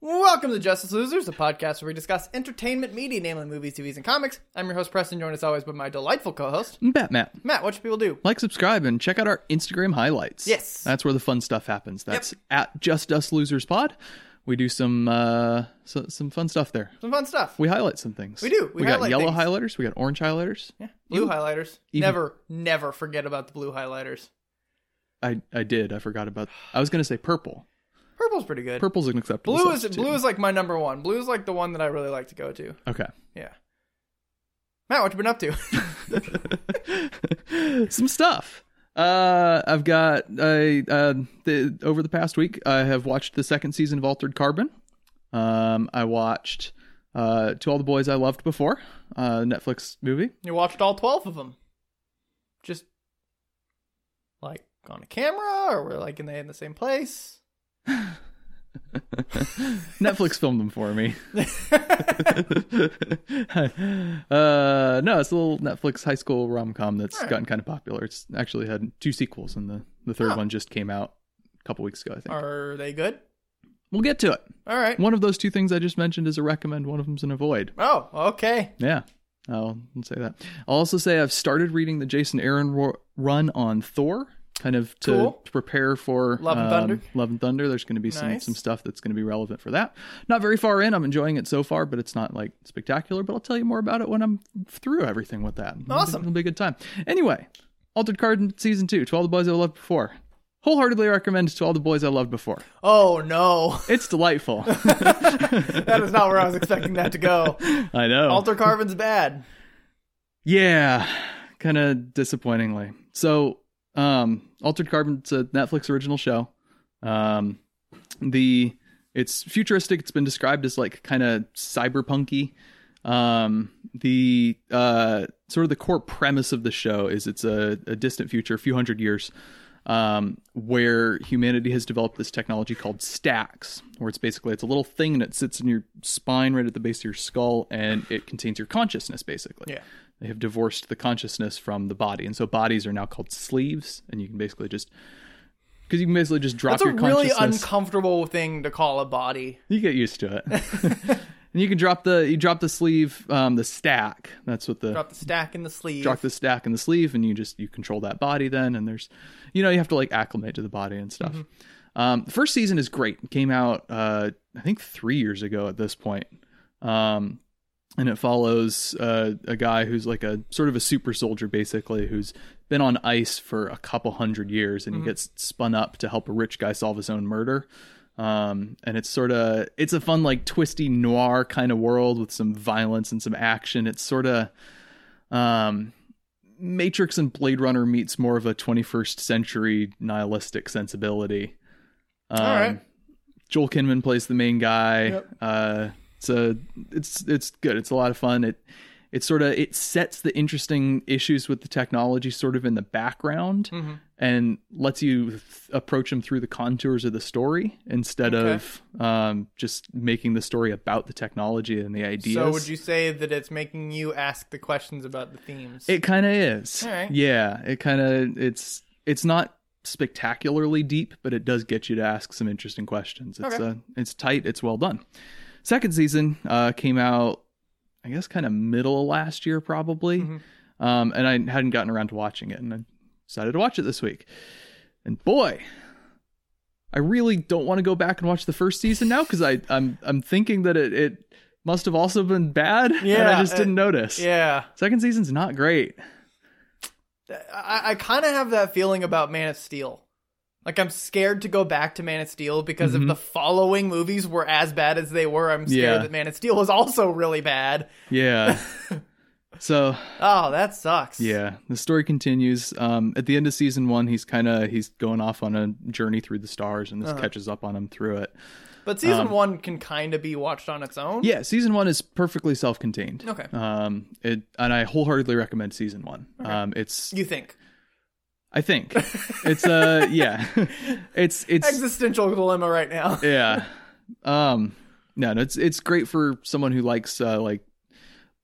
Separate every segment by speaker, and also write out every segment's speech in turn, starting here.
Speaker 1: Welcome to Justice Losers, a podcast where we discuss entertainment media, namely movies, TVs, and comics. I'm your host, Preston, joined as always by my delightful co host,
Speaker 2: Batman.
Speaker 1: Matt. What should people do?
Speaker 2: Like, subscribe, and check out our Instagram highlights.
Speaker 1: Yes.
Speaker 2: That's where the fun stuff happens. That's at Just Us Losers Pod. We do some uh, so, some fun stuff there.
Speaker 1: Some fun stuff.
Speaker 2: We highlight some things.
Speaker 1: We do. We
Speaker 2: We, got
Speaker 1: highlight
Speaker 2: yellow
Speaker 1: things.
Speaker 2: highlighters. We got orange highlighters. Yeah.
Speaker 1: Blue highlighters.
Speaker 2: Even-
Speaker 1: Never, never forget about the blue highlighters.
Speaker 2: I, I did. I forgot about. I was gonna say purple.
Speaker 1: Purple's pretty good.
Speaker 2: Purple's an acceptable.
Speaker 1: blue is
Speaker 2: substitute.
Speaker 1: blue is like my number one. Blue is like the one that I really like to go to.
Speaker 2: Okay.
Speaker 1: Yeah. Matt, what you been up to?
Speaker 2: some stuff. Uh, I've got I uh, the over the past week I have watched the second season of Altered Carbon. Um, I watched uh, To All the Boys I Loved Before, uh, Netflix movie.
Speaker 1: you watched all twelve of them. Just like on a camera, or were like in the, in the same place.
Speaker 2: Netflix filmed them for me. uh, no, it's a little Netflix high school rom com that's gotten kind of popular. It's actually had two sequels, and the the third one just came out a couple weeks ago. I think
Speaker 1: Are they good?
Speaker 2: we'll get to it.
Speaker 1: All right.
Speaker 2: One of those two things I just mentioned is a recommend. One of them's an avoid.
Speaker 1: Oh, okay.
Speaker 2: Yeah, I'll say that. I'll also say I've started reading the Jason Aaron ro- run on Thor, kind of to,
Speaker 1: Cool.
Speaker 2: to prepare for
Speaker 1: Love and
Speaker 2: um,
Speaker 1: Thunder.
Speaker 2: Love and Thunder. There's going to be some
Speaker 1: Nice.
Speaker 2: some stuff that's going to be relevant for that. Not very far in. I'm enjoying it so far, but it's not like spectacular. But I'll tell you more about it when I'm through everything with that. It'll be-
Speaker 1: Awesome.
Speaker 2: it'll be a good time. Anyway, Altered Carbon season two. To all the boys I loved before. Wholeheartedly recommend to all the boys I loved before.
Speaker 1: Oh no,
Speaker 2: It's delightful.
Speaker 1: that is not where I was expecting that to go.
Speaker 2: I know.
Speaker 1: Alter Carbon's bad.
Speaker 2: Yeah, kind of disappointingly. So, um, Altered Carbon's a Netflix original show. Um, the it's futuristic. It's been described as like kind of cyberpunky. Um, the uh, sort of the core premise of the show is it's a, a distant future, a few hundred years, um, where humanity has developed this technology called stacks, where it's basically it's a little thing that sits in your spine, right at the base of your skull, and it contains your consciousness, basically
Speaker 1: Yeah.
Speaker 2: they have divorced the consciousness from the body and so bodies are now called sleeves and you can basically just because you can basically just drop
Speaker 1: That's a
Speaker 2: your
Speaker 1: really
Speaker 2: consciousness
Speaker 1: uncomfortable thing to call a body.
Speaker 2: you get used to it and you can drop the you drop the sleeve um the stack that's what the
Speaker 1: Drop the stack in the sleeve.
Speaker 2: drop the stack in the sleeve and you just you control that body then and there's you know you have to like acclimate to the body and stuff um the first season is great it came out uh i think three years ago at this point um and it follows uh, a guy who's like a sort of a super soldier basically who's been on ice for a couple hundred years and he gets spun up to help a rich guy solve his own murder um, and it's sort of it's a fun like twisty noir kind of world with some violence and some action it's sort of um matrix and blade runner meets more of a 21st century nihilistic sensibility um,
Speaker 1: All right.
Speaker 2: joel kinman plays the main guy
Speaker 1: Yep.
Speaker 2: uh it's a it's it's good it's a lot of fun it it sort of it sets the interesting issues with the technology sort of in the background
Speaker 1: Mhm.
Speaker 2: and lets you th- approach them through the contours of the story instead
Speaker 1: Okay.
Speaker 2: of um, just making the story about the technology and the ideas
Speaker 1: So would you say that it's making you ask the questions about the themes?
Speaker 2: It kind of is.
Speaker 1: All right.
Speaker 2: Yeah, it kind of it's it's not spectacularly deep, but it does get you to ask some interesting questions. It's
Speaker 1: Okay.
Speaker 2: uh, it's tight. It's well done. Second season uh, came out, I guess, kind of middle of last year, probably.
Speaker 1: Mm-hmm.
Speaker 2: Um, and I hadn't gotten around to watching it, and I decided to watch it this week. And boy, I really don't want to go back and watch the first season now because I I'm I'm thinking that it it must have also been bad, and
Speaker 1: Yeah,
Speaker 2: I just
Speaker 1: uh,
Speaker 2: didn't notice.
Speaker 1: yeah,
Speaker 2: Second season's not great.
Speaker 1: I, I kind of have that feeling about Man of Steel. Like I'm scared to go back to Man of Steel because if the following movies were as bad as they were, I'm scared
Speaker 2: Mm-hmm. Yeah.
Speaker 1: that Man of Steel was also really bad.
Speaker 2: Yeah. so
Speaker 1: Oh, that sucks.
Speaker 2: yeah, the story continues. Um, at the end of season one, he's kind of he's going off on a journey through the stars, and this catches up on him through it.
Speaker 1: But season one can kind of be watched on its own.
Speaker 2: Um, Yeah, season one is perfectly self-contained.
Speaker 1: Okay.
Speaker 2: Um, it and I wholeheartedly recommend season one. Um, it's
Speaker 1: You think
Speaker 2: I think it's uh yeah, it's it's
Speaker 1: existential dilemma right now?
Speaker 2: yeah. Um, no, no, it's it's great for someone who likes uh, like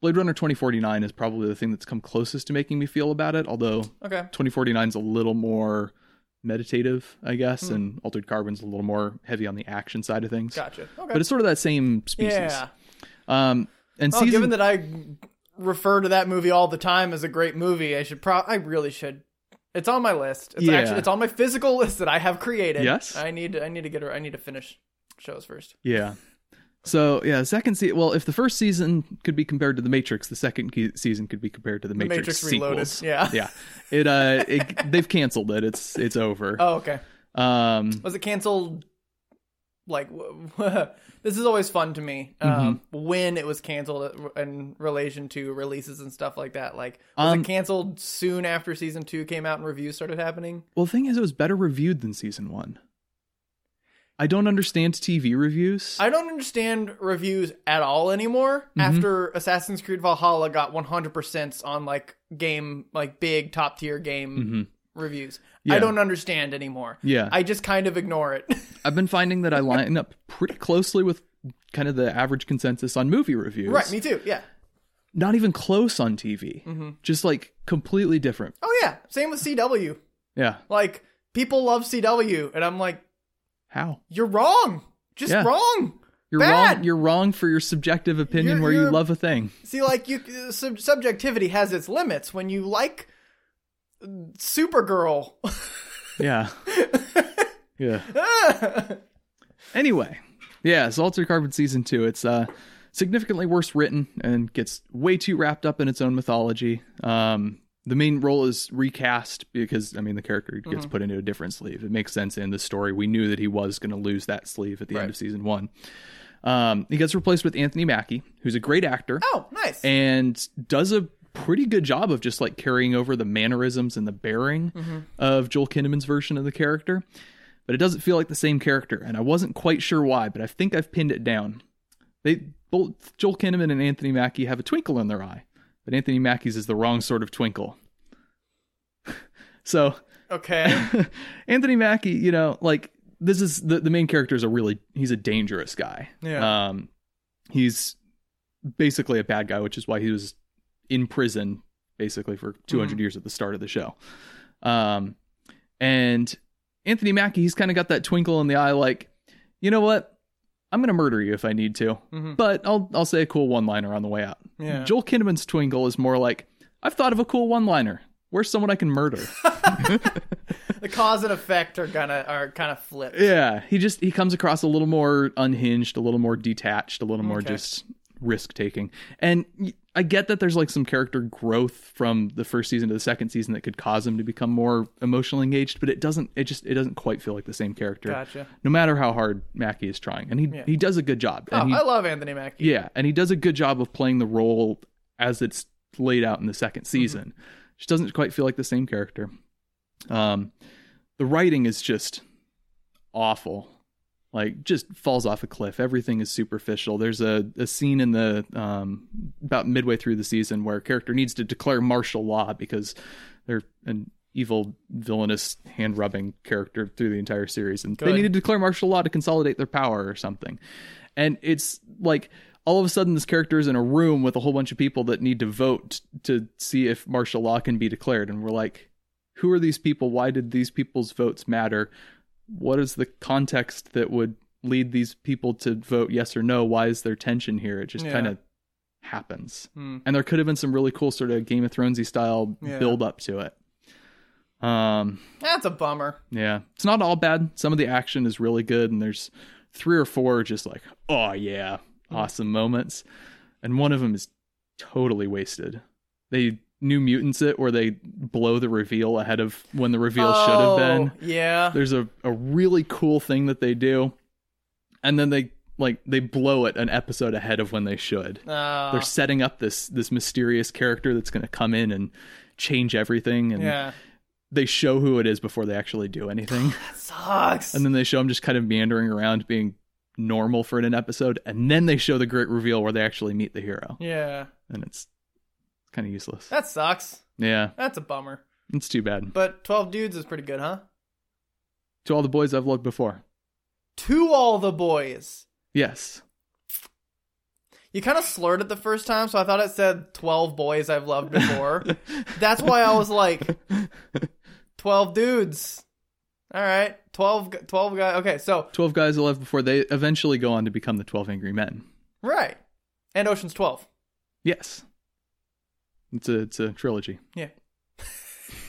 Speaker 2: Blade Runner twenty forty nine is probably the thing that's come closest to making me feel about it. Although
Speaker 1: Okay.
Speaker 2: 2049 is a little more meditative, I guess,
Speaker 1: Hmm.
Speaker 2: and Altered Carbon's a little more heavy on the action side of things.
Speaker 1: Gotcha. Okay.
Speaker 2: But it's sort of that same species.
Speaker 1: yeah.
Speaker 2: Um, and
Speaker 1: Oh,
Speaker 2: season
Speaker 1: given that I refer to that movie all the time as a great movie, I should pro I really should. It's on my list. It's
Speaker 2: Yeah.
Speaker 1: actually it's on my physical list that I have created.
Speaker 2: Yes.
Speaker 1: I need I need to get her I need to finish shows first.
Speaker 2: Yeah. So yeah, second season. Well, if the first season could be compared to The Matrix, the second ke- season could be compared to The Matrix,
Speaker 1: Matrix Reloaded,
Speaker 2: sequels.
Speaker 1: yeah.
Speaker 2: yeah. It uh, it, they've canceled it. It's it's over.
Speaker 1: Oh, okay.
Speaker 2: Um,
Speaker 1: Was it canceled? Like w- this is always fun to me. Um,
Speaker 2: Mm-hmm.
Speaker 1: When it was canceled uh, in relation to releases and stuff like that. Like was
Speaker 2: Um,
Speaker 1: it canceled soon after season two came out and reviews started happening?
Speaker 2: well, the thing is, it was better reviewed than season one. I don't understand TV reviews.
Speaker 1: I don't understand reviews at all anymore
Speaker 2: Mm-hmm.
Speaker 1: after Assassin's Creed Valhalla got 100% on like game like big top tier game reviews.
Speaker 2: Mm-hmm. Yeah.
Speaker 1: I don't understand anymore.
Speaker 2: Yeah.
Speaker 1: I just kind of ignore it.
Speaker 2: I've been finding that I line up pretty closely with kind of the average consensus on movie reviews.
Speaker 1: right, me Mm-hmm. too. Yeah.
Speaker 2: Not even close on TV. Just like completely different.
Speaker 1: Oh yeah, same with CW.
Speaker 2: Yeah.
Speaker 1: Like people love CW and I'm like
Speaker 2: How?
Speaker 1: you're wrong. Just
Speaker 2: Yeah.
Speaker 1: wrong.
Speaker 2: You're
Speaker 1: Bad.
Speaker 2: wrong. You're wrong for your subjective opinion
Speaker 1: You're-
Speaker 2: where you
Speaker 1: you're-
Speaker 2: love a thing.
Speaker 1: See, like you, sub- subjectivity has its limits. When you like Supergirl,
Speaker 2: Yeah. yeah. Anyway, yeah. So Altered Carbon season two. It's uh significantly worse written and gets way too wrapped up in its own mythology. Um, the main role is recast because I mean the character gets put into a different sleeve. It makes sense in the story. We knew that he was going to lose that sleeve at the end
Speaker 1: Right.
Speaker 2: of season one. Um, he gets replaced with Anthony Mackie, who's a great actor.
Speaker 1: oh, nice.
Speaker 2: and does a pretty good job of just like carrying over the mannerisms and the bearing of Joel Kinnaman's version of the character. But it doesn't feel like the same character, and I wasn't quite sure why, but I think I've pinned it down. They both Joel Kinnaman and Anthony Mackie have a twinkle in their eye, but Anthony Mackie's is the wrong sort of twinkle. so
Speaker 1: okay.
Speaker 2: Anthony Mackie, you know, like this is the the main character is a really he's a dangerous guy.
Speaker 1: Yeah.
Speaker 2: Um he's basically a bad guy, which is why he was in prison basically for 200
Speaker 1: Mm-hmm.
Speaker 2: years at the start of the show. Um and Anthony Mackie, he's kind of got that twinkle in the eye like, you know what? I'm going to murder you if I need to.
Speaker 1: Mhm.
Speaker 2: But I'll I'll say a cool one-liner on the way out.
Speaker 1: Yeah.
Speaker 2: Joel Kinnaman's twinkle is more like, I've thought of a cool one-liner. Where's someone I can murder?
Speaker 1: the cause and effect are gonna are kind of flipped.
Speaker 2: Yeah, he just he comes across a little more unhinged, a little more detached, a little more
Speaker 1: Okay.
Speaker 2: just risk taking. And y- I get that there's like some character growth from the first season to the second season that could cause him to become more emotionally engaged, but it doesn't it just it doesn't quite feel like the same character.
Speaker 1: Gotcha.
Speaker 2: No matter how hard Mackie is trying. And he he does a good job.
Speaker 1: Oh,
Speaker 2: And he,
Speaker 1: I love Anthony Mackie.
Speaker 2: yeah, and he does a good job of playing the role as it's laid out in the second
Speaker 1: Mm-hmm.
Speaker 2: season. Just doesn't quite feel like the same character. Um, the writing is just awful. Like just falls off a cliff. Everything is superficial. There's a, a scene in the um, about midway through the season where a character needs to declare martial law because they're an evil, villainous, hand rubbing character through the entire series, and they
Speaker 1: Good.
Speaker 2: need to declare martial law to consolidate their power or something. And it's like all of a sudden this character is in a room with a whole bunch of people that need to vote to see if martial law can be declared, and we're like, who are these people? Why did these people's votes matter? What is the context that would lead these people to vote yes or no? Why is there tension here? It just
Speaker 1: Yeah.
Speaker 2: kind of happens.
Speaker 1: Hmm.
Speaker 2: And there could have been some really cool sort of Game of Thronesy style
Speaker 1: Yeah.
Speaker 2: build up to it. Um,
Speaker 1: That's a bummer.
Speaker 2: yeah, it's not all bad. Some of the action is really good, and there's three or four just like, oh yeah, awesome moments, and one of them is totally wasted. They New Mutants it where they blow the reveal ahead of when the reveal should have been.
Speaker 1: Oh, Yeah.
Speaker 2: There's a a really cool thing that they do, and then they like they blow it an episode ahead of when they should
Speaker 1: Uh,
Speaker 2: they're setting up this this mysterious character that's going to come in and change everything and
Speaker 1: yeah.
Speaker 2: they show who it is before they actually do anything
Speaker 1: That sucks.
Speaker 2: and then they show him just kind of meandering around being normal for an episode and then they show the great reveal where they actually meet the hero
Speaker 1: yeah.
Speaker 2: and it's kind of useless
Speaker 1: That sucks.
Speaker 2: yeah
Speaker 1: That's a bummer.
Speaker 2: it's too bad
Speaker 1: But twelve dudes is pretty good, huh?
Speaker 2: to all the boys i've loved before
Speaker 1: To all the boys.
Speaker 2: yes
Speaker 1: You kind of slurred it the first time, so I thought it said twelve boys I've loved before. That's why I was like, twelve dudes. All right. 12, gu- 12 guys. Okay, so,
Speaker 2: 12 guys that left before they eventually go on to become the 12 angry men
Speaker 1: right. And Ocean's 12.
Speaker 2: yes it's a it's a trilogy
Speaker 1: Yeah.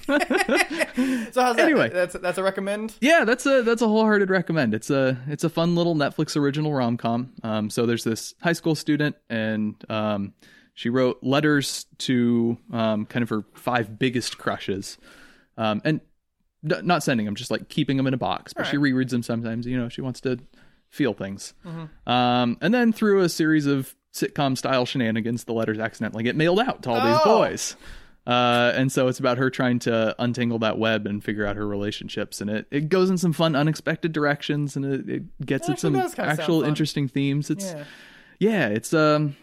Speaker 1: So how's that?
Speaker 2: Anyway.
Speaker 1: That's, that's a recommend?
Speaker 2: yeah that's a that's a wholehearted recommend it's a it's a fun little netflix original rom-com um so there's this high school student and um she wrote letters to um kind of her five biggest crushes um and n- not sending them just like keeping them in a box but she rereads them sometimes you know she wants to feel things um and then through a series of sitcom style shenanigans the letters accidentally get mailed out to all these
Speaker 1: Oh.
Speaker 2: boys uh, and so it's about her trying to untangle that web and figure out her relationships, and it, it goes in some fun, unexpected directions, and it, it gets
Speaker 1: That
Speaker 2: at some
Speaker 1: actually does kinda sound
Speaker 2: actual
Speaker 1: fun.
Speaker 2: interesting themes. It's
Speaker 1: Yeah.
Speaker 2: yeah, it's um,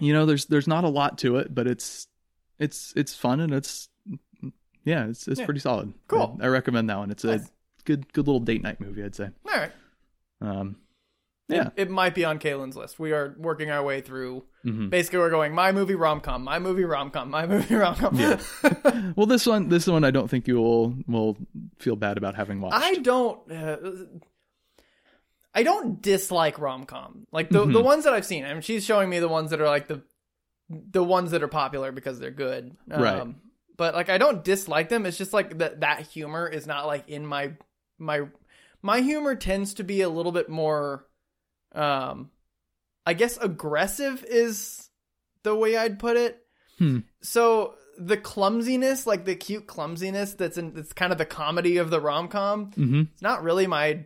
Speaker 2: you know, there's there's not a lot to it, but it's it's it's fun and it's yeah, it's it's
Speaker 1: Yeah.
Speaker 2: pretty solid.
Speaker 1: Cool.
Speaker 2: I, I recommend that one. It's a
Speaker 1: Nice.
Speaker 2: good good little date night movie, I'd say.
Speaker 1: All right.
Speaker 2: Um, yeah,
Speaker 1: It, it might be on Kaylin's list. We are working our way through.
Speaker 2: Mhm.
Speaker 1: Basically, we're going my movie rom com, my movie rom com, my movie rom com.
Speaker 2: well, this one this one I don't think you will will feel bad about having watched.
Speaker 1: I don't. Uh, I don't dislike rom com. Like the
Speaker 2: Mm-hmm.
Speaker 1: the ones that I've seen. I mean, she's showing me the ones that are like the the ones that are popular because they're good. Um,
Speaker 2: Right.
Speaker 1: But like, I don't dislike them. It's just like that that humor is not like in my my my humor tends to be a little bit more. Um, I guess aggressive is the way I'd put it.
Speaker 2: Hmm.
Speaker 1: So the clumsiness, like the cute clumsiness that's in that's kind of the comedy of the rom com,
Speaker 2: hmm
Speaker 1: it's not really my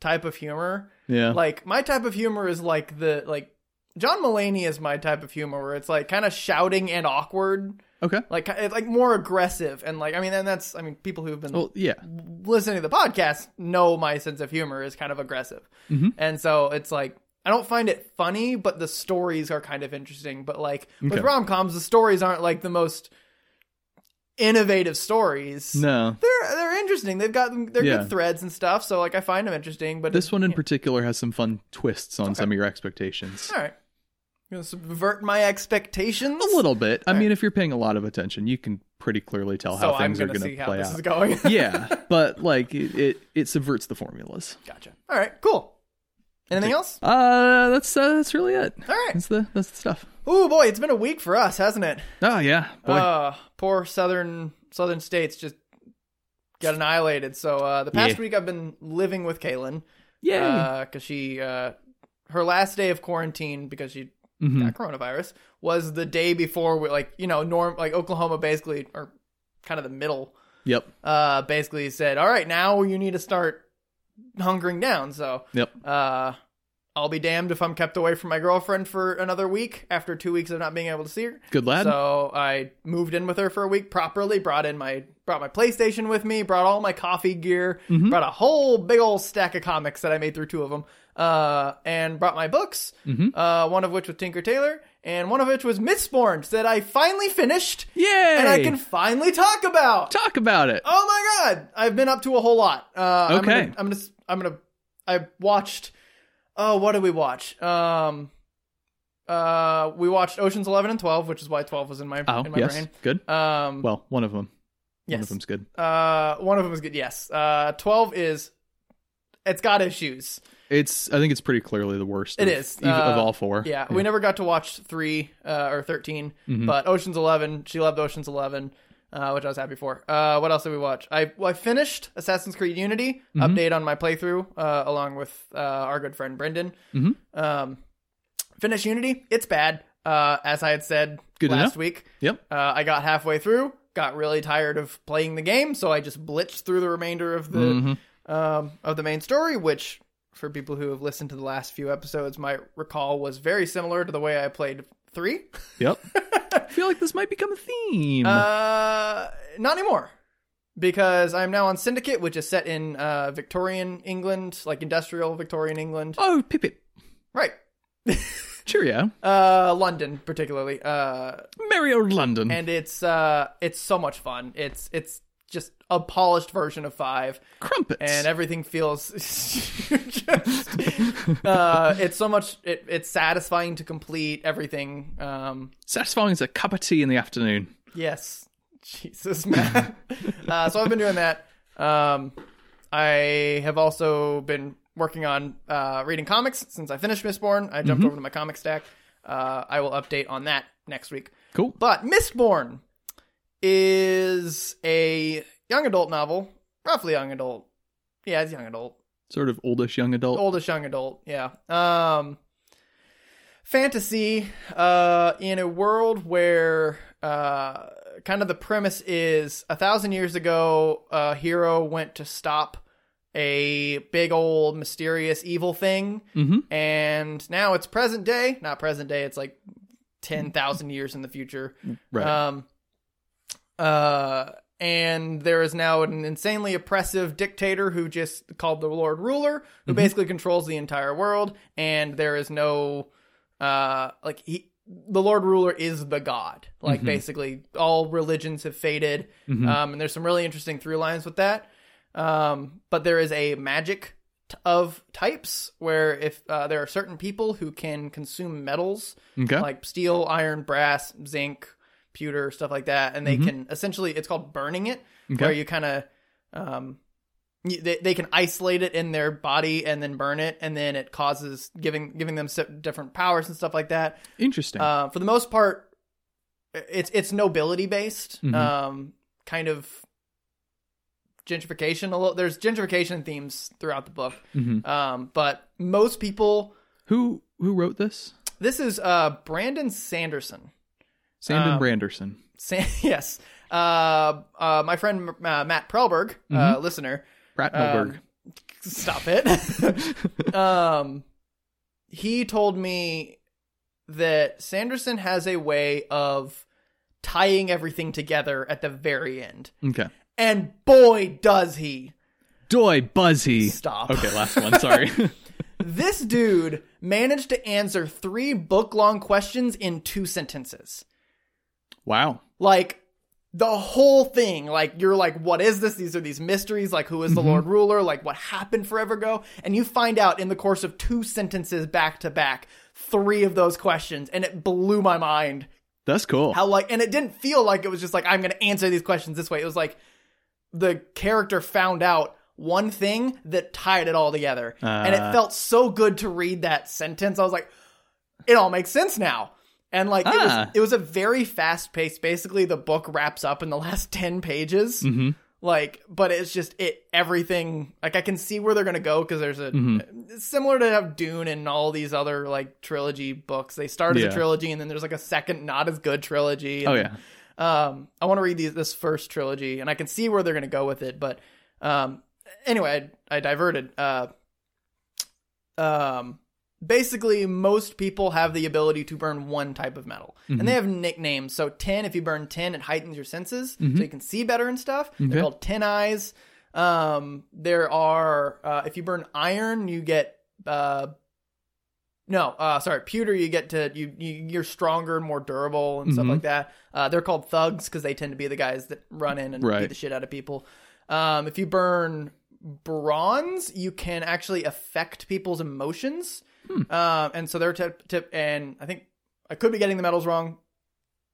Speaker 1: type of humor.
Speaker 2: Yeah.
Speaker 1: Like my type of humor is like the like John Mulaney is my type of humor where it's like kind of shouting and awkward,
Speaker 2: okay.
Speaker 1: like ki- like more aggressive and like I mean and that's I mean people who've been
Speaker 2: Well, yeah.
Speaker 1: listening to the podcast know my sense of humor is kind of aggressive.
Speaker 2: Mhm.
Speaker 1: And so it's like I don't find it funny, but the stories are kind of interesting. But like
Speaker 2: Okay.
Speaker 1: with rom coms, the stories aren't like the most innovative stories.
Speaker 2: No.
Speaker 1: They're they're interesting. They've got they're
Speaker 2: Yeah.
Speaker 1: good threads and stuff. So like I find them interesting. But
Speaker 2: This one in particular has some fun twists on some of your expectations.
Speaker 1: all right, you gonna subvert my expectations
Speaker 2: A little bit. I mean, if you're paying a lot of attention, you can pretty clearly tell
Speaker 1: So
Speaker 2: how
Speaker 1: I'm
Speaker 2: things
Speaker 1: gonna
Speaker 2: are going
Speaker 1: see
Speaker 2: to
Speaker 1: how
Speaker 2: play
Speaker 1: this is
Speaker 2: out.
Speaker 1: going.
Speaker 2: yeah, but like it, it, it subverts the formulas.
Speaker 1: gotcha. All right, cool. Anything else?
Speaker 2: Uh, that's uh, that's really it.
Speaker 1: All right.
Speaker 2: That's the that's the stuff.
Speaker 1: Ooh boy, it's been a week for us, hasn't it?
Speaker 2: Oh yeah, boy.
Speaker 1: Uh, poor southern southern states just got annihilated. So uh, the past
Speaker 2: Yeah.
Speaker 1: week I've been living with Kaylin
Speaker 2: Yay.
Speaker 1: because she uh, her last day of quarantine because she
Speaker 2: Mhm.
Speaker 1: got coronavirus was the day before we like you know norm like Oklahoma basically or kind of the middle
Speaker 2: Yep.
Speaker 1: uh, basically said all right now you need to start hunkering down. So
Speaker 2: Yep.
Speaker 1: uh, I'll be damned if I'm kept away from my girlfriend for another week after two weeks of not being able to see her.
Speaker 2: Good lad.
Speaker 1: So I moved in with her for a week properly. Brought in my brought my PlayStation with me. Brought all my coffee gear. Brought a whole big old stack of comics that I made through two of them. Uh, and brought my books. Uh, one of which was Tinker Tailor, and one of which was Mistborn that I finally finished.
Speaker 2: Yay.
Speaker 1: And I can finally talk about.
Speaker 2: talk about it.
Speaker 1: Oh my god, I've been up to a whole lot. Uh,
Speaker 2: Okay.
Speaker 1: I'm gonna, I'm gonna. s- I'm gonna. I watched. Oh, what did we watch? Um, uh, we watched Ocean's Eleven and Twelve, which is why Twelve was in my
Speaker 2: Oh,
Speaker 1: in my
Speaker 2: yes.
Speaker 1: brain.
Speaker 2: Good.
Speaker 1: Um,
Speaker 2: Well, one of them. One of
Speaker 1: yes.
Speaker 2: them's good.
Speaker 1: Uh, one of them is good. Yes. Uh, Twelve is. It's got issues.
Speaker 2: It's. I think it's pretty clearly the worst.
Speaker 1: It
Speaker 2: It
Speaker 1: is,
Speaker 2: is of, e- of
Speaker 1: uh,
Speaker 2: all four.
Speaker 1: Yeah, we never got to watch three uh, or 13 but Ocean's Eleven. She loved Ocean's Eleven, uh, which I was happy for. Uh, what else did we watch? I well, I finished Assassin's Creed Unity update on my playthrough uh, along with uh, our good friend Brendan.
Speaker 2: Mhm.
Speaker 1: Um, finished Unity. It's bad, uh, as I had said
Speaker 2: Good
Speaker 1: last
Speaker 2: enough.
Speaker 1: week.
Speaker 2: Yep.
Speaker 1: Uh, I got halfway through, got really tired of playing the game, so I just blitzed through the remainder of the
Speaker 2: Mhm.
Speaker 1: um, of the main story, which for people who have listened to the last few episodes might recall was very similar to the way I played three.
Speaker 2: Yep. I feel like this might become a theme.
Speaker 1: Uh, not anymore. Because I'm now on Syndicate, which is set in uh, Victorian England, like industrial Victorian England.
Speaker 2: oh, pip pip.
Speaker 1: Right.
Speaker 2: Cheerio.
Speaker 1: Uh, London, particularly. Uh,
Speaker 2: Merry old London.
Speaker 1: and it's uh, it's so much fun. It's it's just a polished version of five.
Speaker 2: Crumpets.
Speaker 1: and uh, everything feels just, uh, it's so much it, it's satisfying to complete everything um
Speaker 2: Satisfying as a cup of tea in the afternoon.
Speaker 1: yes jesus man uh so i've been doing that Um, I have also been working on uh, reading comics since I finished Mistborn. I jumped over to my comic stack. Uh, I will update on that next week.
Speaker 2: Cool.
Speaker 1: But Mistborn is a young adult novel, roughly young adult. Yeah, it's young adult,
Speaker 2: Sort of oldish young adult.
Speaker 1: oldest young adult. Yeah. Um, fantasy uh, in a world where uh, kind of the premise is a thousand years ago, a hero went to stop a big old mysterious evil thing
Speaker 2: Mm-hmm.
Speaker 1: and now it's present day not present day it's like 10,000 years in the future
Speaker 2: Right.
Speaker 1: um, uh, and there is now an insanely oppressive dictator who just called the Lord Ruler, who basically controls the entire world. And there is no, uh, like he, the Lord Ruler is the God. Like basically, all religions have faded.
Speaker 2: Mm-hmm.
Speaker 1: Um, and there's some really interesting through lines with that. Um, but there is a magic t- of types where if uh, there are certain people who can consume metals
Speaker 2: okay.
Speaker 1: like steel, iron, brass, zinc, pewter, stuff like that, and they can essentially it's called burning it,
Speaker 2: Okay.
Speaker 1: where you kind of um, y- they they can isolate it in their body and then burn it, and then it causes giving giving them se- different powers and stuff like that.
Speaker 2: Interesting.
Speaker 1: Uh, for the most part, i- it's it's nobility based,
Speaker 2: Mhm.
Speaker 1: um, kind of gentrification. A little there's gentrification themes throughout the book,
Speaker 2: Mhm.
Speaker 1: um, but most people.
Speaker 2: Who who wrote this?
Speaker 1: This is uh, Brandon Sanderson.
Speaker 2: Sandon
Speaker 1: um,
Speaker 2: Branderson.
Speaker 1: Sam, yes. Uh, uh, my friend uh, Matt Prelberg, uh, listener,
Speaker 2: Ratmelberg.
Speaker 1: stop it. um, he told me that Sanderson has a way of tying everything together at the very end,
Speaker 2: okay.
Speaker 1: and boy, does he!
Speaker 2: Doy Buzzy.
Speaker 1: Stop.
Speaker 2: Okay, last one. Sorry.
Speaker 1: This dude managed to answer three book-long questions in two sentences.
Speaker 2: wow.
Speaker 1: like the whole thing like you're like what is this these are these mysteries like who is the lord ruler like what happened forever ago and you find out in the course of two sentences back to back three of those questions and it blew my mind
Speaker 2: That's cool.
Speaker 1: how like and it didn't feel like it was just like i'm gonna answer these questions this way it was like the character found out one thing that tied it all together and it
Speaker 2: Uh.
Speaker 1: felt so good to read that sentence i was like it all makes sense now and like it was
Speaker 2: Ah.
Speaker 1: it was a very fast pace basically the book wraps up in the last 10 pages
Speaker 2: Mhm.
Speaker 1: like but it's just it everything like i can see where they're gonna go because there's a
Speaker 2: Mm-hmm.
Speaker 1: similar to how dune and all these other like trilogy books they start as
Speaker 2: Yeah.
Speaker 1: a trilogy and then there's like a second not as good trilogy
Speaker 2: oh yeah.
Speaker 1: um i want to read these, this first trilogy and i can see where they're going to go with it but um anyway i, I diverted uh um basically most people have the ability to burn one type of metal and
Speaker 2: Mm-hmm.
Speaker 1: they have nicknames so 10 if you burn 10 it heightens your senses so you can see better and stuff
Speaker 2: Mm-hmm. Okay.
Speaker 1: they're called 10 eyes um there are uh if you burn iron you get uh no, uh, sorry, pewter. You get to you, you you're stronger and more durable and stuff like that. Uh, they're called thugs because they tend to be the guys that run in and
Speaker 2: Right.
Speaker 1: beat the shit out of people. Um, if you burn bronze, you can actually affect people's emotions. Uh, and so they're tip tip, and I think I could be getting the medals wrong.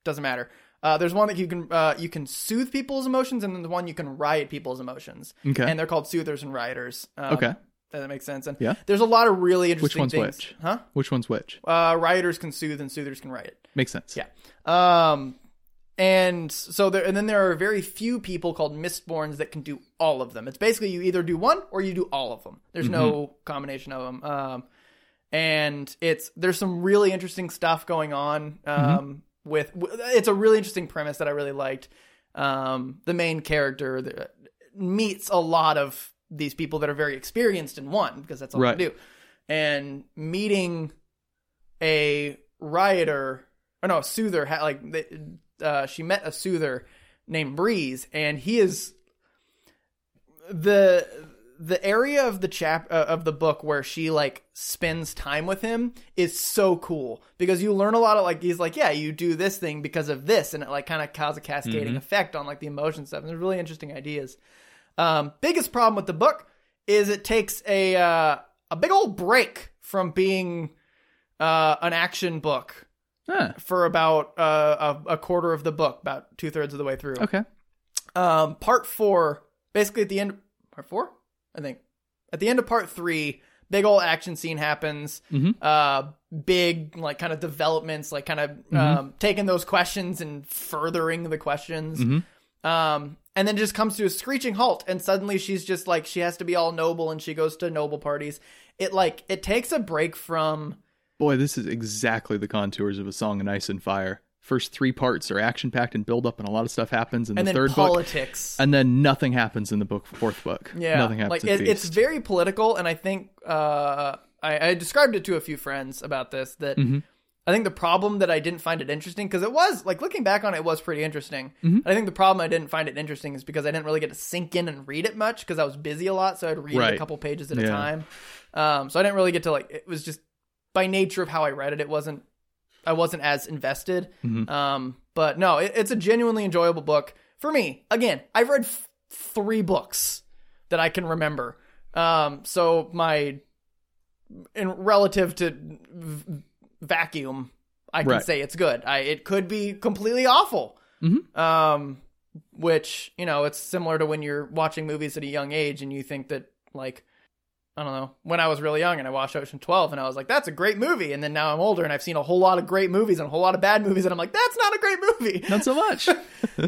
Speaker 1: Doesn't matter. Uh, there's one that you can uh, you can soothe people's emotions, and then the one you can riot people's emotions.
Speaker 2: Okay.
Speaker 1: And they're called soothers and rioters. Um,
Speaker 2: Okay.
Speaker 1: does that make sense? And
Speaker 2: Yeah.
Speaker 1: There's a lot of really interesting
Speaker 2: one's
Speaker 1: things.
Speaker 2: which?
Speaker 1: Huh?
Speaker 2: Which one's which?
Speaker 1: Uh, rioters can soothe and soothers can riot.
Speaker 2: Makes sense.
Speaker 1: Yeah. Um, and so there, and then there are very few people called Mistborns that can do all of them. It's basically you either do one or you do all of them. There's no combination of them. Um, and it's there's some really interesting stuff going on. Um, with w- it's a really interesting premise that I really liked. Um, the main character that meets a lot of these people that are very experienced in one because that's all
Speaker 2: Right.
Speaker 1: they do, and meeting a rioter or no a soother ha- like they, uh, she met a soother named breeze and he is the the area of the chap uh, of the book where she like spends time with him is so cool because you learn a lot of like he's like yeah you do this thing because of this and it like kind of causes a cascading effect on like the emotion stuff and there's really interesting ideas um, biggest problem with the book is it takes a uh, a big old break from being uh, an action book
Speaker 2: Ah,
Speaker 1: for about uh, a, a quarter of the book, about two thirds of the way through.
Speaker 2: okay.
Speaker 1: Um, part four, basically at the end, part four, I think. At the end of part three, big old action scene happens.
Speaker 2: Mhm.
Speaker 1: Uh, big like kind of developments, like kind of
Speaker 2: Mm-hmm.
Speaker 1: um, taking those questions and furthering the questions.
Speaker 2: Mhm.
Speaker 1: Um, and then just comes to a screeching halt, and suddenly she's just like she has to be all noble, and she goes to noble parties. It like it takes a break from
Speaker 2: Boy, this is exactly the contours of a song in Ice and Fire. First three parts are action packed and build up, and a lot of stuff happens in
Speaker 1: and
Speaker 2: the
Speaker 1: then
Speaker 2: third book,
Speaker 1: politics.
Speaker 2: and then nothing happens in the book fourth book.
Speaker 1: Yeah,
Speaker 2: nothing happens.
Speaker 1: Like
Speaker 2: at
Speaker 1: it, it's
Speaker 2: Feast.
Speaker 1: very political, and I think uh, I, I described it to a few friends about this. That
Speaker 2: Mm-hmm.
Speaker 1: I think the problem that I didn't find it interesting because it was like looking back on it, it was pretty interesting.
Speaker 2: Mm-hmm.
Speaker 1: I think the problem I didn't find it interesting is because I didn't really get to sink in and read it much because I was busy a lot, so I'd read it a
Speaker 2: Right.
Speaker 1: couple pages at a
Speaker 2: Yeah.
Speaker 1: time. Um, so I didn't really get to like it was just by nature of how I read it, it wasn't I wasn't as invested. Um, but no, it, it's a genuinely enjoyable book for me. Again, I've read f- three books that I can remember. Um, so my in relative to v- vacuum, I can
Speaker 2: Right.
Speaker 1: say it's good. I it could be completely awful.
Speaker 2: Mhm.
Speaker 1: Um, which you know, it's similar to when you're watching movies at a young age and you think that like I don't know. When I was really young and I watched Ocean 12 and I was like, that's a great movie. And then now I'm older and I've seen a whole lot of great movies and a whole lot of bad movies. And I'm like, that's not a great movie.
Speaker 2: not so much.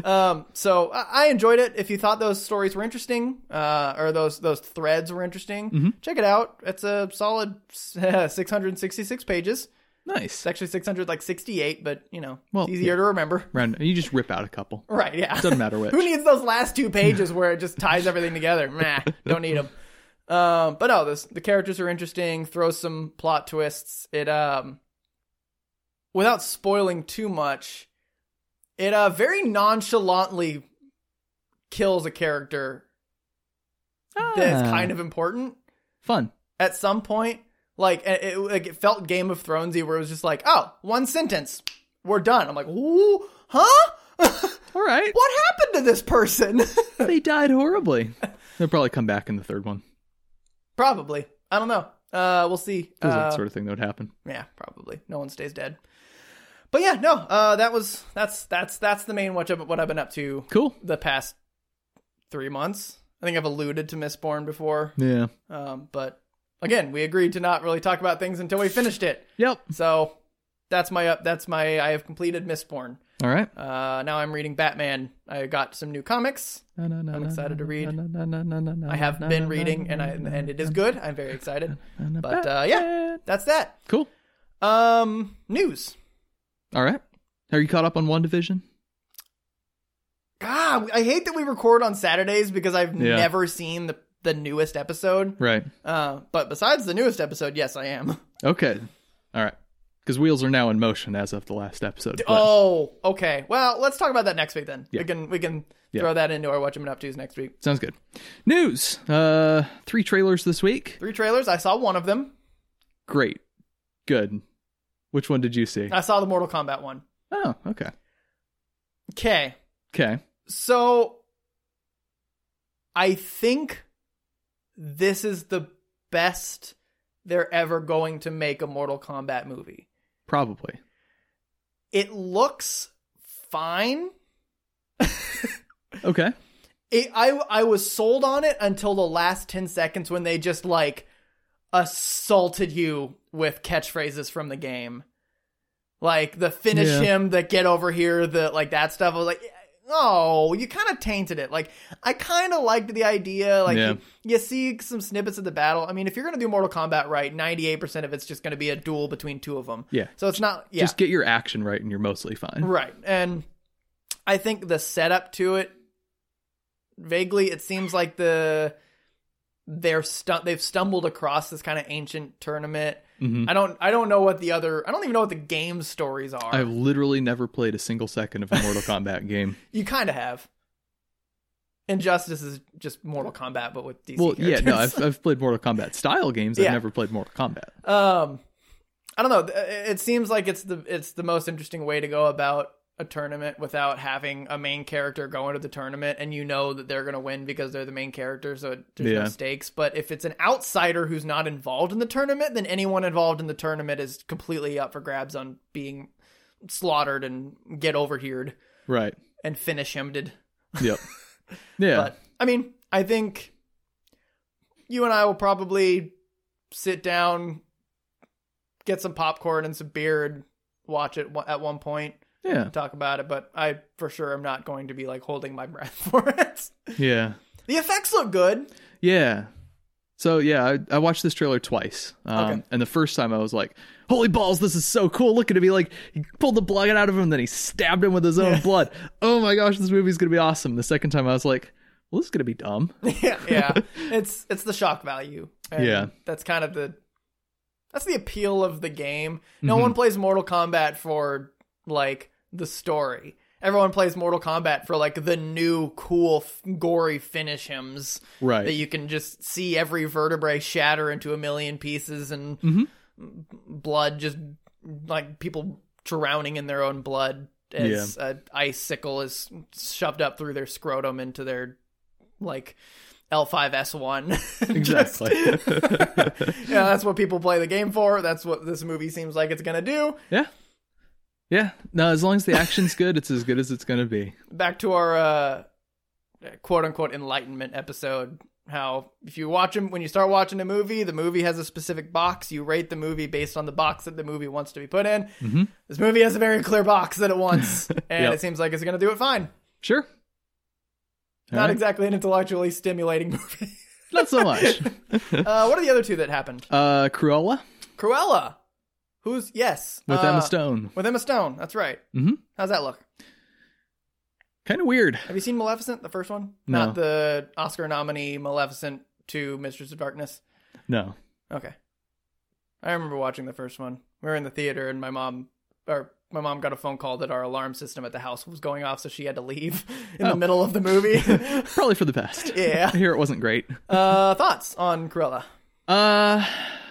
Speaker 1: um, so I, I enjoyed it. If you thought those stories were interesting, uh, or those, those threads were interesting, check it out. It's a solid 666 pages.
Speaker 2: nice.
Speaker 1: It's actually 600, like 68, but you know,
Speaker 2: Well,
Speaker 1: it's easier to remember.
Speaker 2: Round. You just rip out a couple.
Speaker 1: Right. Yeah.
Speaker 2: Doesn't matter which.
Speaker 1: Who needs those last two pages where it just ties everything together? Nah, don't need them. Um, but no, this, the characters are interesting. Throws some plot twists. It um, without spoiling too much, it uh very nonchalantly kills a character that's
Speaker 2: Ah,
Speaker 1: kind of important
Speaker 2: fun.
Speaker 1: at some point. Like it, it, like it felt Game of Thronesy, where it was just like, oh, one sentence, we're done. I'm like, ooh, huh?
Speaker 2: All right.
Speaker 1: what happened to this person?
Speaker 2: They died horribly. They'll probably come back in the third one.
Speaker 1: probably. I don't know. Uh, we'll see.
Speaker 2: Feels like
Speaker 1: Uh,
Speaker 2: that sort of thing that would happen.
Speaker 1: Yeah, probably. No one stays dead. But yeah, no. Uh, that was that's that's that's the main what I've, what I've been up to
Speaker 2: Cool.
Speaker 1: the past three months. I think I've alluded to Mistborn before,
Speaker 2: Yeah.
Speaker 1: um, but again, we agreed to not really talk about things until we finished it.
Speaker 2: Yep.
Speaker 1: So that's my up. That's my I have completed Mistborn.
Speaker 2: All right.
Speaker 1: Uh, now I'm reading Batman. I got some new comics.
Speaker 2: I'm
Speaker 1: excited to read. I have been reading, and I and it is good. I'm very excited. But uh, yeah, that's that.
Speaker 2: Cool.
Speaker 1: Um, news.
Speaker 2: All right. Are you caught up on One Division?
Speaker 1: God, I hate that we record on Saturdays because I've
Speaker 2: Yeah.
Speaker 1: never seen the the newest episode.
Speaker 2: Right.
Speaker 1: Uh, but besides the newest episode, yes, I am.
Speaker 2: Okay. All right. Because wheels are now in motion as of the last episode. but-
Speaker 1: Oh, okay. Well, let's talk about that next week then.
Speaker 2: Yeah.
Speaker 1: We can we can
Speaker 2: Yeah.
Speaker 1: throw that into our Watch 'Em Up Tues next week.
Speaker 2: Sounds good. News. Uh, three trailers this week.
Speaker 1: Three trailers. I saw one of them.
Speaker 2: Great. Good. Which one did you see?
Speaker 1: I saw the Mortal Kombat one.
Speaker 2: Oh, okay.
Speaker 1: Okay,
Speaker 2: Okay.
Speaker 1: so I think this is the best they're ever going to make a Mortal Kombat movie.
Speaker 2: Probably.
Speaker 1: it looks fine.
Speaker 2: Okay.
Speaker 1: It, I I was sold on it until the last ten seconds when they just like assaulted you with catchphrases from the game, like the finish
Speaker 2: Yeah.
Speaker 1: him, the get over here, the like that stuff. I was like, oh, you kind of tainted it. Like I kind of liked the idea. Like
Speaker 2: Yeah.
Speaker 1: you, you see some snippets of the battle. I mean, if you're gonna do Mortal Kombat right, ninety eight percent of it's just gonna be a duel between two of them.
Speaker 2: Yeah.
Speaker 1: So it's not yeah.
Speaker 2: Just get your action right and you're mostly fine.
Speaker 1: Right. And I think the setup to it vaguely it seems like the they're stu- they've stumbled across this kind of ancient tournament.
Speaker 2: Mhm.
Speaker 1: I don't I don't know what the other I don't even know what the game stories are.
Speaker 2: I've literally never played a single second of a Mortal Kombat game.
Speaker 1: you kind of have. Injustice is just Mortal Kombat but with DC
Speaker 2: Well, yeah,
Speaker 1: characters.
Speaker 2: no, I've, I've played Mortal Kombat style games.
Speaker 1: Yeah.
Speaker 2: I've never played Mortal Kombat.
Speaker 1: um i don't know uh, it it seems like it's the it's the most interesting way to go about a tournament without having a main character go into the tournament and you know that they're going to win because they're the main character so it- there's no
Speaker 2: Yeah.
Speaker 1: stakes but if it's an outsider who's not involved in the tournament then anyone involved in the tournament is completely up for grabs on being slaughtered and get overheard
Speaker 2: Right.
Speaker 1: and finish him did
Speaker 2: Yep. Yeah.
Speaker 1: but I mean, I think you and I will probably sit down, get some popcorn and some beer, and watch it wa- at one point.
Speaker 2: Yeah.
Speaker 1: and Talk about it, but I for sure am not going to be like holding my breath for it.
Speaker 2: Yeah.
Speaker 1: The effects look good.
Speaker 2: Yeah. So yeah, I, I watched this trailer twice, um,
Speaker 1: Okay.
Speaker 2: and the first time I was like, "Holy balls, this is so cool!" Look at him, he like he pulled the blood out of him, then he stabbed him with his own blood. Oh my gosh, this movie's gonna be awesome. The second time I was like, "Well, this is gonna be dumb."
Speaker 1: yeah, yeah. It's it's the shock value. And
Speaker 2: Yeah.
Speaker 1: that's kind of the that's the appeal of the game. No one plays Mortal Kombat for like the story. Everyone plays Mortal Kombat for like the new cool f- gory finish hymns that
Speaker 2: Right.
Speaker 1: you can just see every vertebrae shatter into a million pieces and
Speaker 2: Mhm.
Speaker 1: blood just like people drowning in their own blood as an icicle is shoved up through their scrotum into their like L5S1. Just-
Speaker 2: Exactly.
Speaker 1: yeah, that's what people play the game for. That's what this movie seems like it's going to do.
Speaker 2: yeah. Yeah. No, as long as the action's good, it's as good as it's gonna be.
Speaker 1: back to our uh, quote unquote enlightenment episode. How if you watch them when you start watching a movie, the movie has a specific box. You rate the movie based on the box that the movie wants to be put in.
Speaker 2: Mhm.
Speaker 1: This movie has a very clear box that it wants, and
Speaker 2: Yep.
Speaker 1: it seems like it's going to do it fine.
Speaker 2: Sure.
Speaker 1: Not
Speaker 2: Alright.
Speaker 1: exactly an intellectually stimulating movie.
Speaker 2: Not so much.
Speaker 1: uh, what are the other two that happened?
Speaker 2: uh, Cruella
Speaker 1: Cruella. Who's yes
Speaker 2: with
Speaker 1: uh,
Speaker 2: Emma Stone.
Speaker 1: With Emma Stone. That's right.
Speaker 2: Mhm.
Speaker 1: How's that look?
Speaker 2: Kind of weird.
Speaker 1: Have you seen Maleficent, the first one?
Speaker 2: No.
Speaker 1: Not the Oscar nominee Maleficent to Mistress of Darkness.
Speaker 2: No.
Speaker 1: Okay. I remember watching the first one. We were in the theater and my mom or my mom got a phone call that our alarm system at the house was going off, so she had to leave in
Speaker 2: Oh.
Speaker 1: the middle of the movie.
Speaker 2: Probably for the best.
Speaker 1: Yeah.
Speaker 2: I hear it wasn't great.
Speaker 1: uh, thoughts on Cruella?
Speaker 2: Uh,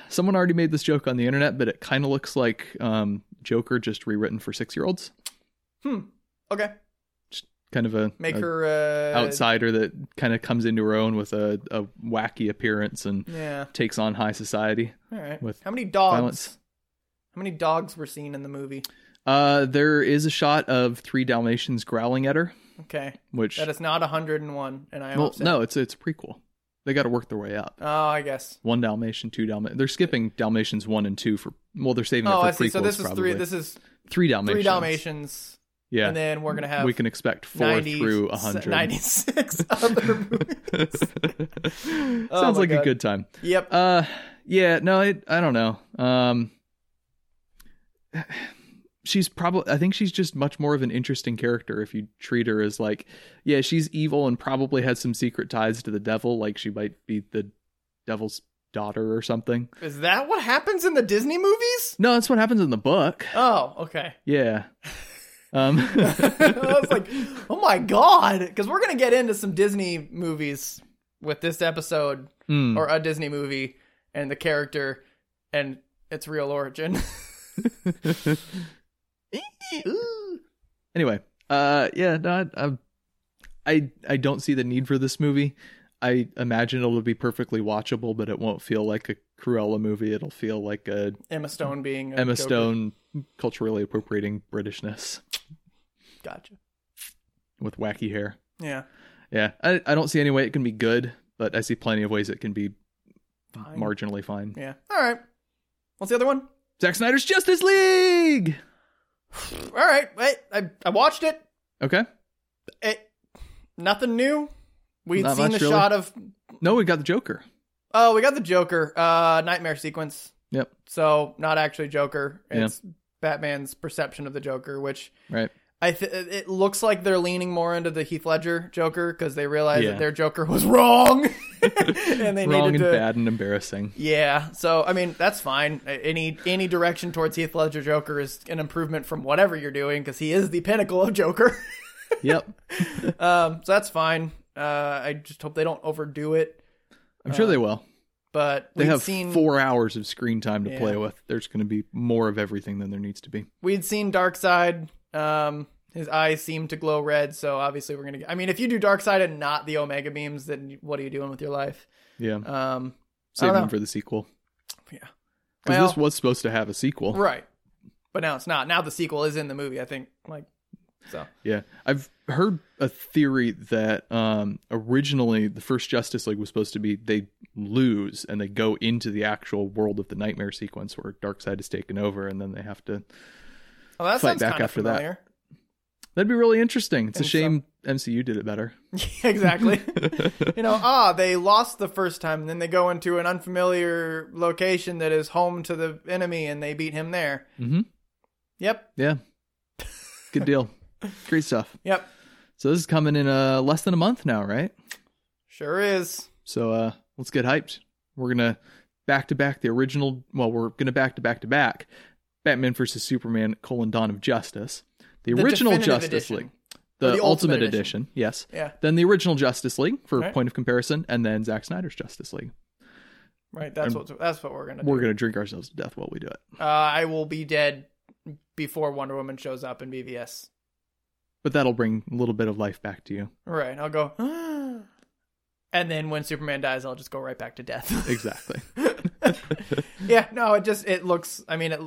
Speaker 2: someone already made this joke on the internet, but it kind of looks like um, Joker just rewritten for six-year-olds.
Speaker 1: Okay,
Speaker 2: Kind of a
Speaker 1: make
Speaker 2: a
Speaker 1: her uh,
Speaker 2: outsider that kind of comes into her own with a, a wacky appearance and
Speaker 1: Yeah,
Speaker 2: takes on high society
Speaker 1: all right.
Speaker 2: with
Speaker 1: How many dogs?
Speaker 2: violence.
Speaker 1: How many dogs were seen in the movie?
Speaker 2: Uh, there is a shot of three Dalmatians growling at her,
Speaker 1: Okay,
Speaker 2: which
Speaker 1: that is not hundred and one, and I am
Speaker 2: well,
Speaker 1: upset.
Speaker 2: no, it's it's a prequel. They got to work their way up.
Speaker 1: Oh, I guess.
Speaker 2: One Dalmatian, two Dalmatian. They're skipping Dalmatians one and two for well, they're saving
Speaker 1: Oh,
Speaker 2: it for
Speaker 1: I see.
Speaker 2: prequels.
Speaker 1: So this is
Speaker 2: probably.
Speaker 1: three. This is
Speaker 2: three Dalmatians.
Speaker 1: three Dalmatians,
Speaker 2: Yeah.
Speaker 1: and then we're gonna have
Speaker 2: we can expect four
Speaker 1: 90
Speaker 2: through a hundred.
Speaker 1: 96 other movies.
Speaker 2: Sounds
Speaker 1: Oh my
Speaker 2: like
Speaker 1: God.
Speaker 2: a good time.
Speaker 1: yep.
Speaker 2: Uh, yeah, no, it, I don't know. Um, she's probably. I think she's just much more of an interesting character if you treat her as like, yeah, she's evil and probably has some secret ties to the devil. Like she might be the devil's daughter or something.
Speaker 1: Is that what happens in the Disney movies?
Speaker 2: No, that's what happens in the book.
Speaker 1: Oh, okay.
Speaker 2: Yeah. Um,
Speaker 1: I was like, oh my God. Because we're going to get into some Disney movies with this episode
Speaker 2: hmm.
Speaker 1: or a Disney movie and the character and its real origin. Ooh.
Speaker 2: anyway uh yeah no, I, I'm- I i don't see the need for this movie i imagine it'll be perfectly watchable but it won't feel like a cruella movie it'll feel like a
Speaker 1: Emma Stone being a
Speaker 2: emma
Speaker 1: Joker.
Speaker 2: stone culturally appropriating britishness
Speaker 1: Gotcha.
Speaker 2: with wacky hair
Speaker 1: Yeah.
Speaker 2: yeah i, I don't see any way it can be good but i see plenty of ways it can be
Speaker 1: Fine.
Speaker 2: marginally fine
Speaker 1: Yeah. All right. What's the other one?
Speaker 2: Zack snyder's justice league
Speaker 1: All right. Wait. I, I watched it.
Speaker 2: okay
Speaker 1: it nothing new. We'd
Speaker 2: Not
Speaker 1: seen
Speaker 2: much,
Speaker 1: the
Speaker 2: really.
Speaker 1: shot of
Speaker 2: no we got the joker
Speaker 1: oh, we got the Joker uh nightmare sequence.
Speaker 2: Yep.
Speaker 1: So not actually Joker.
Speaker 2: Yeah.
Speaker 1: It's Batman's perception of the Joker, which
Speaker 2: right
Speaker 1: I th- it looks like they're leaning more into the Heath Ledger Joker because they realize
Speaker 2: Yeah.
Speaker 1: that their Joker was wrong, and they
Speaker 2: wrong and
Speaker 1: needed to.
Speaker 2: bad and embarrassing
Speaker 1: Yeah, so I mean that's fine. A- Any any direction towards Heath Ledger Joker is an improvement from whatever you're doing because he is the pinnacle of Joker.
Speaker 2: yep
Speaker 1: um, so that's fine. Uh, I just hope they don't overdo it.
Speaker 2: i'm sure they
Speaker 1: Uh,
Speaker 2: will
Speaker 1: But
Speaker 2: they
Speaker 1: we'd
Speaker 2: have
Speaker 1: seen
Speaker 2: four hours of screen time to
Speaker 1: Yeah.
Speaker 2: play with. There's going to be more of everything than there needs to be.
Speaker 1: we'd seen Dark Side. Um, his eyes seem to glow red, so obviously we're gonna. Get, I mean, if you do Dark Side and not the Omega beams, then what are you doing with your life?
Speaker 2: Yeah,
Speaker 1: Um,
Speaker 2: save
Speaker 1: don't
Speaker 2: them
Speaker 1: know.
Speaker 2: for the sequel.
Speaker 1: Yeah.
Speaker 2: because
Speaker 1: Well-
Speaker 2: this was supposed to have a sequel.
Speaker 1: right. But now it's not. Now the sequel is in the movie. I think. Like, so
Speaker 2: Yeah, I've heard a theory that um, originally the first Justice League was supposed to be they lose and they go into the actual world of the nightmare sequence where Darkseid is taken over and then they have to
Speaker 1: Oh, that
Speaker 2: Fight
Speaker 1: sounds
Speaker 2: back
Speaker 1: kind of
Speaker 2: after that.
Speaker 1: familiar.
Speaker 2: That'd be really interesting. It's a
Speaker 1: And so-
Speaker 2: shame MCU did it better.
Speaker 1: Yeah, exactly. you know, ah, they lost the first time, and then they go into an unfamiliar location that is home to the enemy, and they beat him there.
Speaker 2: Mhm.
Speaker 1: Yep,
Speaker 2: Yeah. Good deal. Great stuff.
Speaker 1: yep,
Speaker 2: So this is coming in uh less than a month now, right?
Speaker 1: sure is.
Speaker 2: So uh let's get hyped. We're gonna back to back the original well, we're gonna back to back to back Batman versus Superman colon Dawn of Justice. The,
Speaker 1: The
Speaker 2: original
Speaker 1: definitive
Speaker 2: Justice
Speaker 1: edition.
Speaker 2: League.
Speaker 1: Or
Speaker 2: The,
Speaker 1: the
Speaker 2: Ultimate,
Speaker 1: Ultimate
Speaker 2: edition. yes.
Speaker 1: Yeah,
Speaker 2: Then the original Justice League for
Speaker 1: Right.
Speaker 2: point of comparison, and then Zack Snyder's Justice League.
Speaker 1: right. That's what that's what we're gonna do.
Speaker 2: We're gonna drink ourselves to death while we do it.
Speaker 1: Uh, I will be dead before Wonder Woman shows up in BVS.
Speaker 2: But that'll bring a little bit of life back to you.
Speaker 1: Right, I'll go. And then when Superman dies, I'll just go right back to death.
Speaker 2: Exactly.
Speaker 1: yeah, no, it just it looks. I mean, it,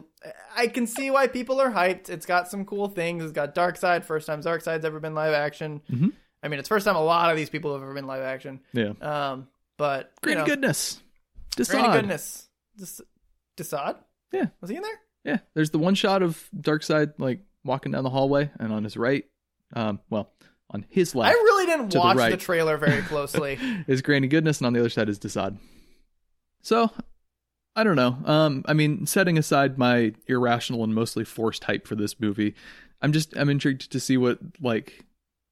Speaker 1: I can see why people are hyped. It's got some cool things. It's got Dark Side, first time Dark Side's ever been live action.
Speaker 2: Mhm.
Speaker 1: I mean, it's first time a lot of these people have ever been live action.
Speaker 2: Yeah.
Speaker 1: Um, but
Speaker 2: Green
Speaker 1: you know,
Speaker 2: goodness.
Speaker 1: Granny
Speaker 2: Desaad.
Speaker 1: goodness, Des- Desaad.
Speaker 2: Yeah.
Speaker 1: was he in there?
Speaker 2: Yeah, there's the one shot of Darkseid like walking down the hallway, and on his right, um, well, on his
Speaker 1: I
Speaker 2: left
Speaker 1: really didn't
Speaker 2: to the
Speaker 1: watch the
Speaker 2: right.
Speaker 1: trailer very closely.
Speaker 2: is Granny Goodness, and on the other side is Desaad. So, I don't know. Um, I mean, setting aside my irrational and mostly forced hype for this movie, I'm just I'm intrigued to see what like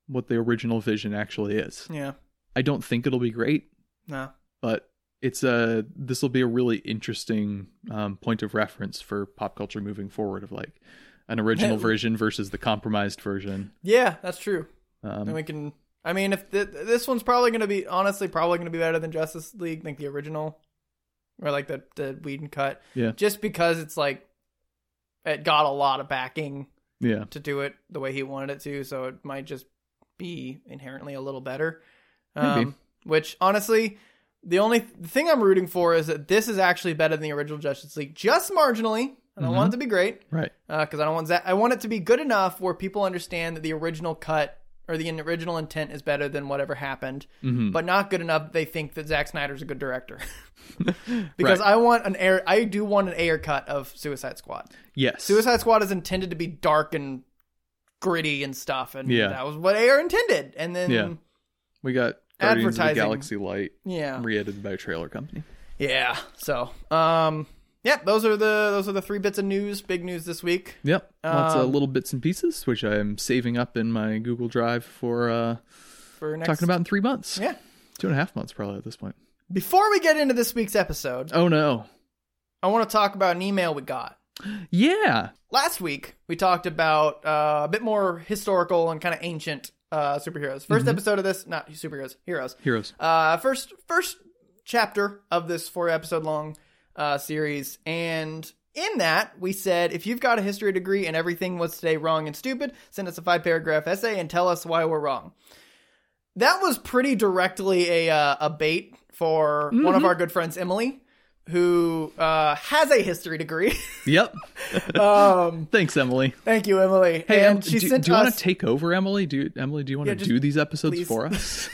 Speaker 2: what the original vision actually is.
Speaker 1: yeah,
Speaker 2: I don't think it'll be great,
Speaker 1: no,
Speaker 2: but it's a this will be a really interesting um, point of reference for pop culture moving forward of like an original
Speaker 1: Yeah.
Speaker 2: version versus the compromised version.
Speaker 1: yeah, that's true. Then
Speaker 2: Um,
Speaker 1: we can. I mean, if th- this one's probably going to be, honestly, probably going to be better than Justice League, like the original, or like the the Whedon cut.
Speaker 2: Yeah.
Speaker 1: Just because it's like it got a lot of backing
Speaker 2: yeah,
Speaker 1: to do it the way he wanted it to, so it might just be inherently a little better.
Speaker 2: Maybe.
Speaker 1: Um, which honestly, the only th- thing I'm rooting for is that this is actually better than the original Justice League, just marginally. And I don't
Speaker 2: Mm-hmm.
Speaker 1: want it to be great
Speaker 2: right.
Speaker 1: because Uh, I don't want that. I want it to be good enough where people understand that the original cut or the original intent is better than whatever happened,
Speaker 2: hmm
Speaker 1: but not good enough. They think that Zack Snyder's a good director because I want an air. I do want an air cut of Suicide Squad.
Speaker 2: yes,
Speaker 1: Suicide Squad is intended to be dark and gritty and stuff, and
Speaker 2: Yeah.
Speaker 1: that was what AR intended. And then
Speaker 2: Yeah. we got Guardians of the
Speaker 1: Advertising.
Speaker 2: Galaxy Light
Speaker 1: yeah,
Speaker 2: re-edited by a trailer company.
Speaker 1: yeah. So um, yeah, those are the those are the three bits of news, big news this week.
Speaker 2: Yep, lots of
Speaker 1: Um,
Speaker 2: little bits and pieces which I am saving up in my Google Drive for uh,
Speaker 1: For next,
Speaker 2: talking about in three months.
Speaker 1: yeah.
Speaker 2: two and a half months probably at this point.
Speaker 1: Before we get into this week's episode,
Speaker 2: Oh no,
Speaker 1: I want to talk about an email we got.
Speaker 2: yeah,
Speaker 1: Last week, we talked about uh, a bit more historical and kind of ancient uh, superheroes. 1st episode of this, not superheroes, heroes.
Speaker 2: heroes.
Speaker 1: Uh, first, first chapter of this four episode long uh, series, and in that we said if you've got a history degree and everything was today wrong and stupid, send us a five paragraph essay and tell us why we're wrong. That was pretty directly a uh, a bait for one
Speaker 2: Mm-hmm.
Speaker 1: of our good friends, Emily, who uh, has a history degree.
Speaker 2: Yep,
Speaker 1: um,
Speaker 2: thanks Emily.
Speaker 1: Thank you, Emily.
Speaker 2: Hey,
Speaker 1: and
Speaker 2: Em,
Speaker 1: she
Speaker 2: do,
Speaker 1: sent
Speaker 2: do you want
Speaker 1: us
Speaker 2: to take over, Emily? Do you, Emily? Do you want
Speaker 1: Yeah,
Speaker 2: to
Speaker 1: just-
Speaker 2: do these episodes
Speaker 1: please.
Speaker 2: for us?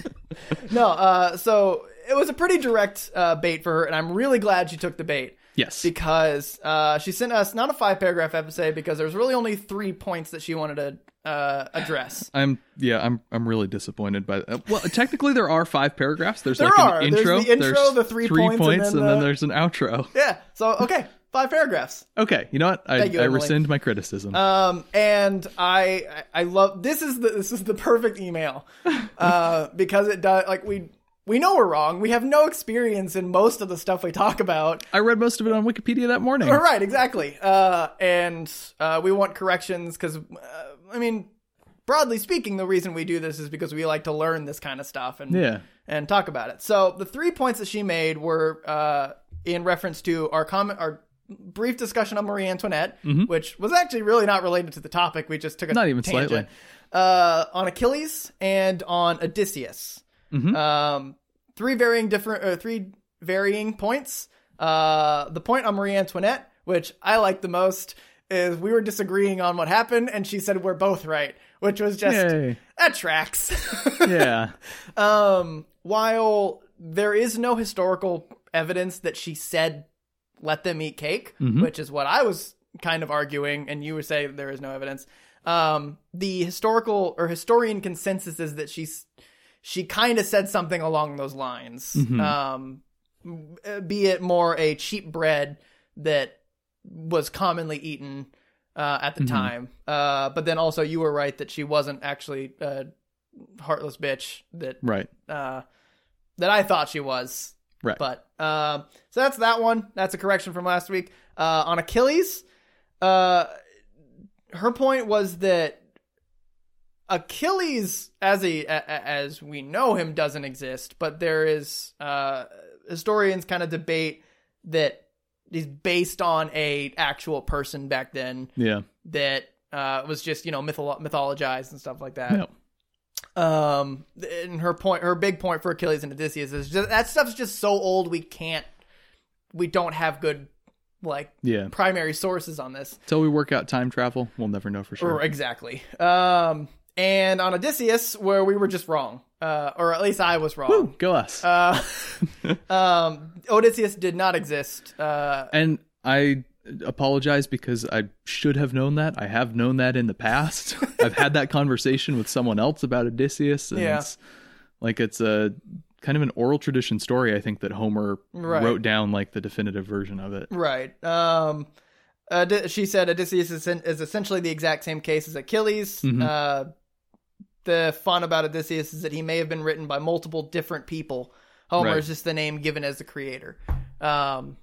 Speaker 1: no. Uh, so it was a pretty direct uh, bait for her, and I'm really glad she took the bait
Speaker 2: yes.
Speaker 1: because uh, she sent us not a five paragraph essay because there was really only three points that she wanted to uh, address.
Speaker 2: I'm yeah, I'm I'm really disappointed by that. Well, technically there are five paragraphs. There's
Speaker 1: There
Speaker 2: like
Speaker 1: are.
Speaker 2: an
Speaker 1: There's
Speaker 2: intro,
Speaker 1: the intro, the three points, and then
Speaker 2: and, then
Speaker 1: the-
Speaker 2: there's an outro.
Speaker 1: Yeah. So okay, five paragraphs.
Speaker 2: Okay, you know what? I,
Speaker 1: Thank you,
Speaker 2: I
Speaker 1: Emily.
Speaker 2: rescind my criticism.
Speaker 1: Um, and I, I I love this is the this is the perfect email, uh, because it does like we we know we're wrong. We have no experience in most of the stuff we talk about.
Speaker 2: I read most of it on Wikipedia that morning.
Speaker 1: All right, exactly. Uh, and uh, we want corrections because, uh, I mean, broadly speaking, the reason we do this is because we like to learn this kind of stuff and
Speaker 2: Yeah.
Speaker 1: and talk about it. So the three points that she made were uh, in reference to our comment, our brief discussion on Marie Antoinette, which was actually really not related to the topic. We just took a
Speaker 2: Mm-hmm. Not even
Speaker 1: tangent,
Speaker 2: slightly.
Speaker 1: uh, on Achilles and on Odysseus.
Speaker 2: Mm-hmm.
Speaker 1: Um, three varying different or three varying points. Uh, the point on Marie Antoinette, which I like the most, is we were disagreeing on what happened, and she said we're both right, which was just
Speaker 2: Yay.
Speaker 1: that tracks.
Speaker 2: Yeah.
Speaker 1: um, while there is no historical evidence that she said let them eat cake,
Speaker 2: Mhm.
Speaker 1: which is what I was kind of arguing, and you would say there is no evidence. Um, the historical or historian consensus is that she's she kind of said something along those lines,
Speaker 2: Mhm.
Speaker 1: um, uh, be it more a cheap bread that was commonly eaten uh, at the
Speaker 2: Mhm.
Speaker 1: time. Uh, but then also, you were right that she wasn't actually a heartless bitch that
Speaker 2: Right.
Speaker 1: uh, that I thought she was.
Speaker 2: Right.
Speaker 1: But um, so that's that one. That's a correction from last week. Uh, on Achilles, uh, her point was that Achilles, as a, a a- as we know him, doesn't exist. But there is uh, historians kind of debate that is based on a actual person back then
Speaker 2: Yeah.
Speaker 1: that uh, was just you know mytholo- mythologized and stuff like that.
Speaker 2: Yeah.
Speaker 1: Um, and her point, her big point for Achilles and Odysseus is just, that stuff's just so old we can't, we don't have good like
Speaker 2: Yeah.
Speaker 1: primary sources on this.
Speaker 2: Till we work out time travel, we'll never know for sure.
Speaker 1: Or exactly. Um, and on Odysseus, where we were just wrong, uh, or at least I was
Speaker 2: Woo,
Speaker 1: wrong.
Speaker 2: go us.
Speaker 1: Uh, um, Odysseus did not exist. Uh,
Speaker 2: and I apologize because I should have known that. I have known that in the past. I've had that conversation with someone else about Odysseus. And
Speaker 1: Yeah.
Speaker 2: it's, like it's a kind of an oral tradition story, I think, that Homer
Speaker 1: Right.
Speaker 2: wrote down like the definitive version of it.
Speaker 1: Right. Um, Od- she said Odysseus is, is essentially the exact same case as Achilles.
Speaker 2: Mhm.
Speaker 1: Uh, the fun about Odysseus is that he may have been written by multiple different people. Homer
Speaker 2: Right.
Speaker 1: is just the name given as the creator. Um,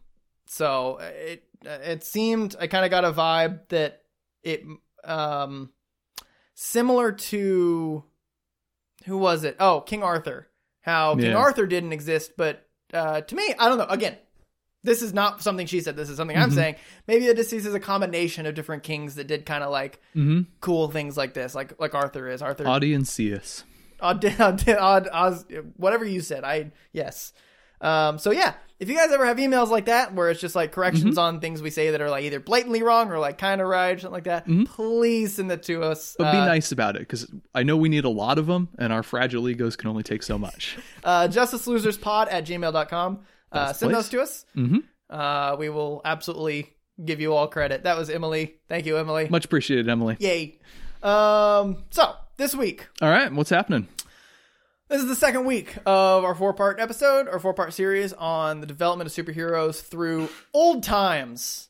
Speaker 1: so uh, it it seemed I kind of got a vibe that it um similar to who was it? Oh, King Arthur. How King
Speaker 2: Yeah.
Speaker 1: Arthur didn't exist, but uh, to me, I don't know. Again, this is not something she said. This is something I'm
Speaker 2: Mhm.
Speaker 1: saying. Maybe Odysseus is a combination of different kings that did kind of like
Speaker 2: Mm-hmm.
Speaker 1: cool things like this, like like Arthur is. Arthur, odd,
Speaker 2: Audienceus.
Speaker 1: odd, odd, Oz- whatever you said. I yes. Um, so yeah, if you guys ever have emails like that where it's just like corrections
Speaker 2: Mm-hmm.
Speaker 1: on things we say that are like either blatantly wrong or like kind of right or something like that,
Speaker 2: Mhm.
Speaker 1: please send it to us.
Speaker 2: But be
Speaker 1: Uh,
Speaker 2: nice about it because I know we need a lot of them and our fragile egos can only take so much.
Speaker 1: uh, justiceloserspod at gmail.com. Uh,
Speaker 2: Nice
Speaker 1: send
Speaker 2: place.
Speaker 1: those to us.
Speaker 2: hmm
Speaker 1: Uh, we will absolutely give you all credit. That was Emily. Thank you, Emily.
Speaker 2: Much appreciated, Emily.
Speaker 1: Yay. Um, so, this week,
Speaker 2: All right. What's happening?
Speaker 1: this is the second week of our four part episode, our four part series on the development of superheroes through old times.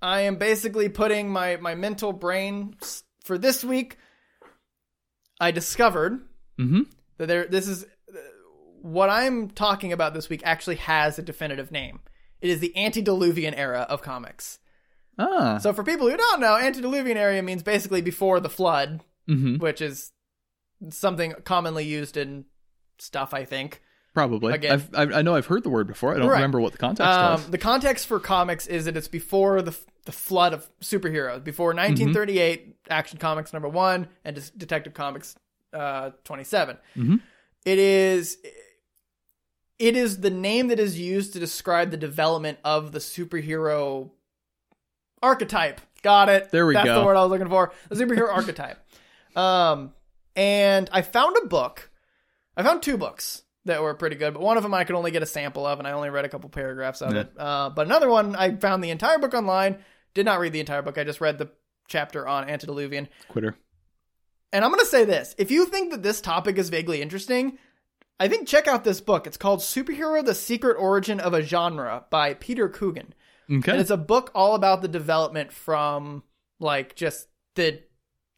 Speaker 1: I am basically putting my, my mental brain s- for this week. I discovered
Speaker 2: Mm-hmm.
Speaker 1: that there this is what I'm talking about this week actually has a definitive name. It is the antediluvian era of comics.
Speaker 2: Ah.
Speaker 1: So for people who don't know, antediluvian era means basically before the flood,
Speaker 2: hmm
Speaker 1: which is something commonly used in stuff, I think.
Speaker 2: Probably.
Speaker 1: Again-
Speaker 2: I've, I've, I know I've heard the word before. I don't
Speaker 1: Right.
Speaker 2: remember what the context
Speaker 1: Um,
Speaker 2: was.
Speaker 1: the context for comics is that it's before the the flood of superheroes, before 1938 Action Comics number one and Des- Detective Comics uh, 27.
Speaker 2: Mhm.
Speaker 1: It is it is the name that is used to describe the development of the superhero archetype. Got it.
Speaker 2: There we
Speaker 1: That's
Speaker 2: go.
Speaker 1: the word I was looking for. The superhero archetype. Um, and I found a book. I found two books that were pretty good, but one of them I could only get a sample of, and I only read a couple paragraphs of
Speaker 2: Yeah.
Speaker 1: it. Uh, but another one, I found the entire book online. Did not read the entire book. I just read the chapter on antediluvian.
Speaker 2: Quitter.
Speaker 1: And I'm going to say this: if you think that this topic is vaguely interesting, I think check out this book. It's called "Superhero: The Secret Origin of a Genre" by Peter Coogan. And
Speaker 2: Okay.
Speaker 1: it's a book all about the development from like just the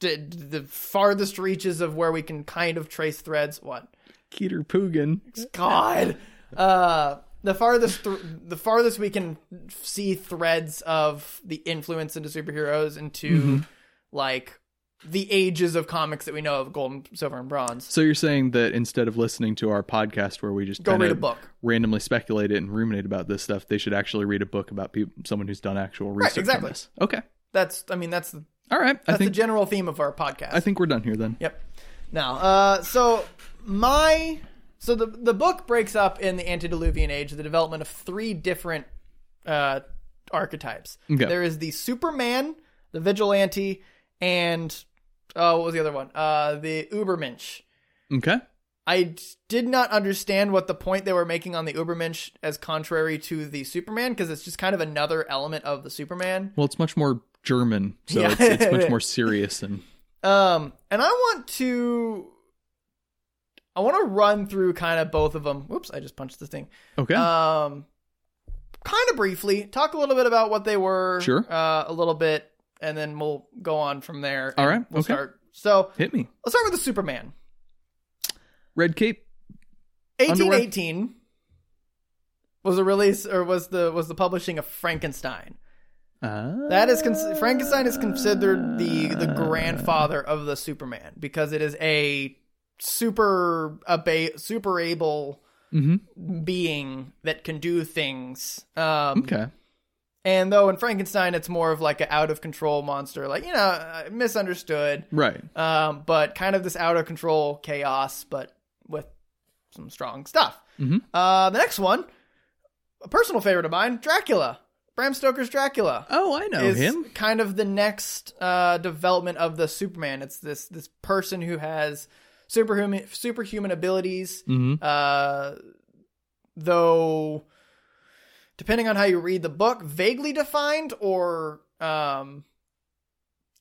Speaker 1: the, the farthest reaches of where we can kind of trace threads. What?
Speaker 2: Keter Poogan.
Speaker 1: God. Uh, the farthest th- the farthest we can see threads of the influence into superheroes into like the ages of comics that we know of gold and silver and bronze
Speaker 2: So you're saying that instead of listening to our podcast where we just
Speaker 1: go
Speaker 2: kinda
Speaker 1: read a book
Speaker 2: randomly speculate it and ruminate about this stuff, they should actually read a book about peop someone who's done actual research
Speaker 1: exactly.
Speaker 2: on this. Okay.
Speaker 1: that's i mean that's that's
Speaker 2: All right. I
Speaker 1: the
Speaker 2: think
Speaker 1: general theme of our podcast
Speaker 2: I think we're done here then.
Speaker 1: Yep. Now, uh, so my so the the book breaks up in the antediluvian age the development of three different uh, archetypes.
Speaker 2: Okay.
Speaker 1: There is the Superman, the vigilante, and oh, what was the other one? Uh, the Uh, Ubermensch.
Speaker 2: Okay.
Speaker 1: I d- did not understand what the point they were making on the Ubermensch as contrary to the Superman because it's just kind of another element of the Superman.
Speaker 2: Well, it's much more German, so
Speaker 1: Yeah.
Speaker 2: it's, it's much more serious and
Speaker 1: Um, and I want to, I want to run through kind of both of them. Whoops, I just punched the thing.
Speaker 2: okay.
Speaker 1: Um, kind of briefly, talk a little bit about what they were.
Speaker 2: Sure.
Speaker 1: Uh, a little bit, and then we'll go on from there.
Speaker 2: All
Speaker 1: and
Speaker 2: right,
Speaker 1: We'll
Speaker 2: okay.
Speaker 1: start. So
Speaker 2: Hit me.
Speaker 1: let's start with the Superman.
Speaker 2: Red cape.
Speaker 1: 1818 was the release or was the was the publishing of Frankenstein.
Speaker 2: Uh,
Speaker 1: That is cons- Frankenstein is considered the the grandfather of the Superman because it is a super aba- super able
Speaker 2: mhm.
Speaker 1: being that can do things. Um,
Speaker 2: Okay.
Speaker 1: And though in Frankenstein it's more of like an out of control monster, like you know uh, misunderstood,
Speaker 2: Right.
Speaker 1: um, but kind of this out of control chaos, but with some strong stuff.
Speaker 2: Mhm.
Speaker 1: Uh, the next one, a personal favorite of mine, Dracula, Bram Stoker's Dracula
Speaker 2: Oh, I know
Speaker 1: is
Speaker 2: him.
Speaker 1: kind of the next uh, development of the Superman. It's this this person who has superhuman superhuman abilities.
Speaker 2: hmm
Speaker 1: Uh, though, depending on how you read the book, vaguely defined or um,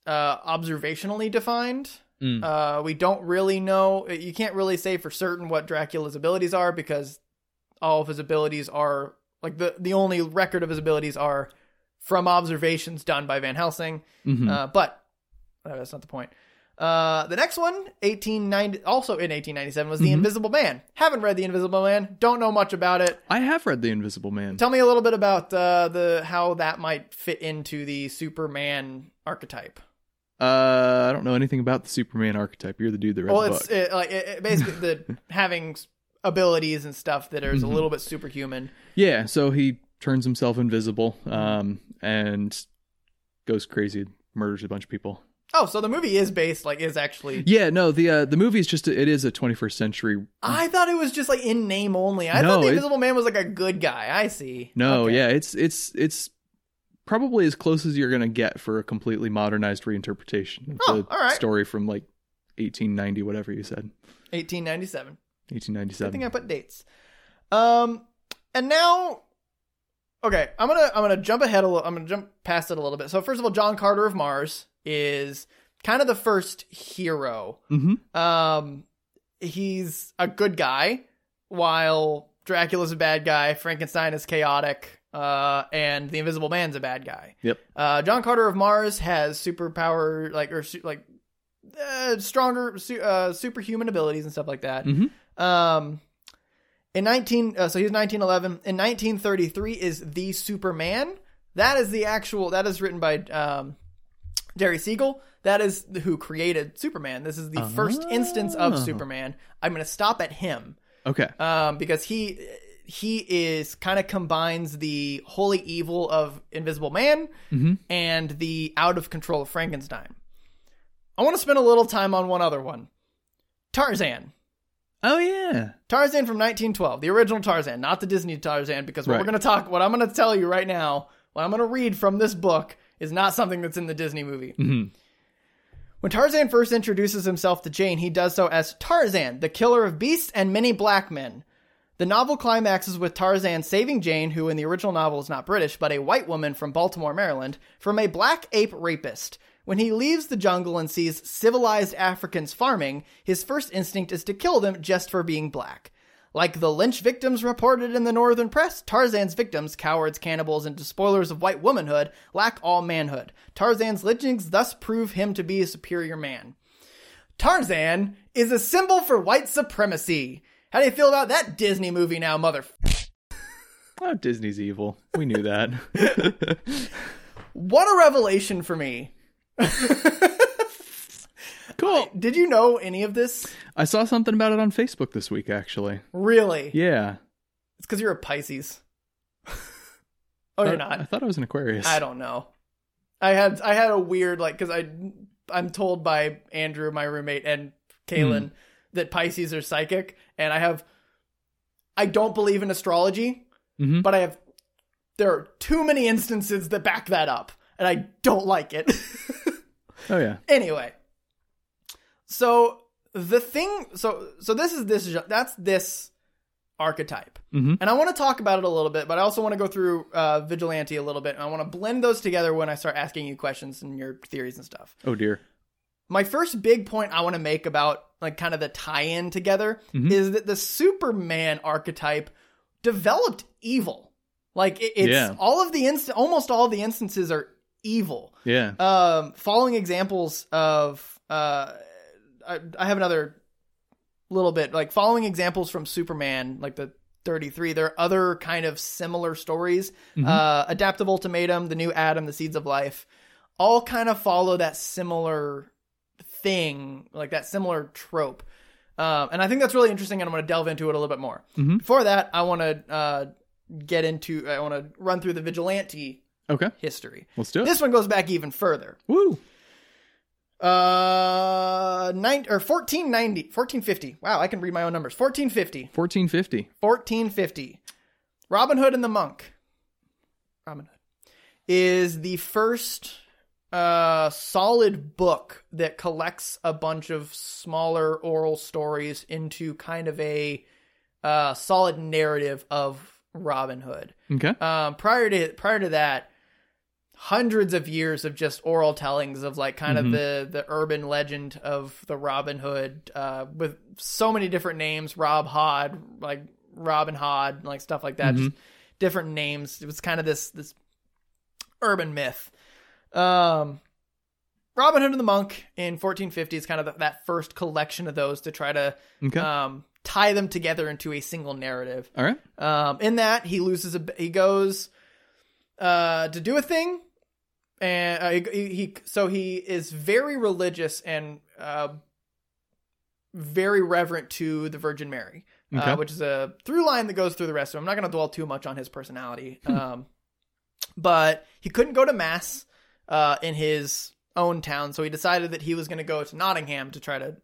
Speaker 1: uh, observationally defined.
Speaker 2: Mm.
Speaker 1: Uh, we don't really know. You can't really say for certain what Dracula's abilities are because all of his abilities are like the the only record of his abilities are from observations done by Van Helsing.
Speaker 2: hmm
Speaker 1: Uh, but uh, that's not the point. Uh, the next one, 1890, also in 1897, was The
Speaker 2: Mhm.
Speaker 1: Invisible Man. Haven't read The Invisible Man. Don't know much about it.
Speaker 2: I have read The Invisible Man.
Speaker 1: Tell me a little bit about uh, the how that might fit into the Superman archetype.
Speaker 2: Uh, I don't know anything about the Superman archetype. You're the dude that read
Speaker 1: well,
Speaker 2: the
Speaker 1: Oh, it's
Speaker 2: book.
Speaker 1: it, like it, it basically the having s- abilities and stuff that is a
Speaker 2: Mhm.
Speaker 1: little bit superhuman.
Speaker 2: Yeah, so he turns himself invisible um, and goes crazy, and murders a bunch of people.
Speaker 1: Oh, so the movie is based like is actually.
Speaker 2: Yeah, no, the uh, the movie is just a, it is a 21st century.
Speaker 1: I thought it was just like in name only. I
Speaker 2: No,
Speaker 1: thought the
Speaker 2: it-
Speaker 1: Invisible Man was like a good guy. I see.
Speaker 2: No,
Speaker 1: Okay.
Speaker 2: yeah, it's it's it's probably as close as you're gonna get for a completely modernized reinterpretation of
Speaker 1: Oh,
Speaker 2: the
Speaker 1: all right.
Speaker 2: story from like 1890, whatever you said,
Speaker 1: 1897. I
Speaker 2: 1897.
Speaker 1: think I put dates. Um, and now, okay, I'm gonna I'm gonna jump ahead a little. I'm gonna jump past it a little bit. So first of all, John Carter of Mars is kind of the first hero.
Speaker 2: mm-hmm.
Speaker 1: Um, he's a good guy, while Dracula's a bad guy, Frankenstein is chaotic, uh, and the Invisible Man's a bad guy.
Speaker 2: Yep.
Speaker 1: Uh, John Carter of Mars has superpower, like or su- like uh, stronger su- uh, superhuman abilities and stuff like that.
Speaker 2: Mhm.
Speaker 1: Um, in nineteen, uh, so he's nineteen eleven. In nineteen thirty three is the Superman. That is the actual. That is written by um, Jerry Siegel. That is who created Superman. This is the first instance of
Speaker 2: Oh.
Speaker 1: Superman. I'm going to stop at him
Speaker 2: Okay.
Speaker 1: um, because he he is kind of combines the holy evil of Invisible Man
Speaker 2: Mhm.
Speaker 1: and the out of control of Frankenstein. I want to spend a little time on one other one, Tarzan.
Speaker 2: Oh yeah.
Speaker 1: Tarzan from 1912, the original Tarzan, not the Disney Tarzan, because what we're
Speaker 2: Right.
Speaker 1: going to talk, what I'm going to tell you right now, what I'm going to read from this book is not something that's in the Disney movie.
Speaker 2: Mhm.
Speaker 1: When Tarzan first introduces himself to Jane, he does so as Tarzan, the killer of beasts and many black men. The novel climaxes with Tarzan saving Jane, who in the original novel is not British, but a white woman from Baltimore, Maryland, from a black ape rapist. When he leaves the jungle and sees civilized Africans farming, his first instinct is to kill them just for being black. Like the lynch victims reported in the northern press, Tarzan's victims, cowards, cannibals, and despoilers of white womanhood, lack all manhood. Tarzan's lynchings thus prove him to be a superior man. Tarzan is a symbol for white supremacy. How do you feel about that Disney movie now, mother?
Speaker 2: Oh, Disney's evil. We knew that.
Speaker 1: What a revelation for me.
Speaker 2: cool.
Speaker 1: Did you know any of this?
Speaker 2: I saw something about it on Facebook this week, actually.
Speaker 1: Really?
Speaker 2: Yeah.
Speaker 1: It's because you're a Pisces. oh, you're
Speaker 2: I
Speaker 1: not.
Speaker 2: thought I was an Aquarius.
Speaker 1: I don't know. I had I had a weird like because I I'm told by Andrew, my roommate, and Kaylin that Pisces are psychic, and I have I don't believe in astrology,
Speaker 2: Mhm.
Speaker 1: but I have there are too many instances that back that up, and I don't like it.
Speaker 2: Oh yeah.
Speaker 1: anyway, so the thing so so this is this gen- that's this archetype
Speaker 2: Mhm.
Speaker 1: and i want to talk about it a little bit but i also want to go through uh, vigilante a little bit and i want to blend those together when i start asking you questions and your theories and stuff
Speaker 2: Oh dear.
Speaker 1: my first big point I want to make about like kind of the tie-in together
Speaker 2: Mhm.
Speaker 1: is that the Superman archetype developed evil. Like it, it's
Speaker 2: Yeah.
Speaker 1: all of the inst- almost all the instances are evil.
Speaker 2: Yeah.
Speaker 1: Um, following examples of uh, I, I have another little bit like following examples from Superman, like the 33. There are other kind of similar stories. Uh, Adaptive Ultimatum, The New Adam, The Seeds of Life, all kind of follow that similar thing, like that similar trope. Um, and I think that's really interesting, and I'm going to delve into it a little bit more.
Speaker 2: Mhm.
Speaker 1: Before that, I want to uh, get into, I want to run through the vigilante
Speaker 2: Okay.
Speaker 1: history.
Speaker 2: Let's do it.
Speaker 1: This one goes back even further.
Speaker 2: Woo.
Speaker 1: Uh, nine or 1490, 1450. Wow, I can read my own numbers. 1450,
Speaker 2: 1450.
Speaker 1: 1450. Robin Hood and the Monk. Robin Hood is the first uh solid book that collects a bunch of smaller oral stories into kind of a uh solid narrative of Robin Hood.
Speaker 2: Okay.
Speaker 1: Um, prior to prior to that, hundreds of years of just oral tellings of like kind
Speaker 2: Mhm.
Speaker 1: of the the urban legend of the Robin Hood, uh, with so many different names, Rob Hood, like Robin Hood, like stuff like that, just different names. It was kind of this this urban myth. Um, Robin Hood and the Monk in 1450 is kind of th- that first collection of those to try to
Speaker 2: Okay.
Speaker 1: um, tie them together into a single narrative.
Speaker 2: All right.
Speaker 1: Um, in that he loses a he goes uh, to do a thing, and uh, he, he so he is very religious and uh, very reverent to the Virgin Mary,
Speaker 2: Okay.
Speaker 1: uh, which is a through line that goes through the rest of. Him. I'm not going to dwell too much on his personality,
Speaker 2: Hmm.
Speaker 1: um, but he couldn't go to mass uh, in his own town, so he decided that he was going to go to Nottingham to try to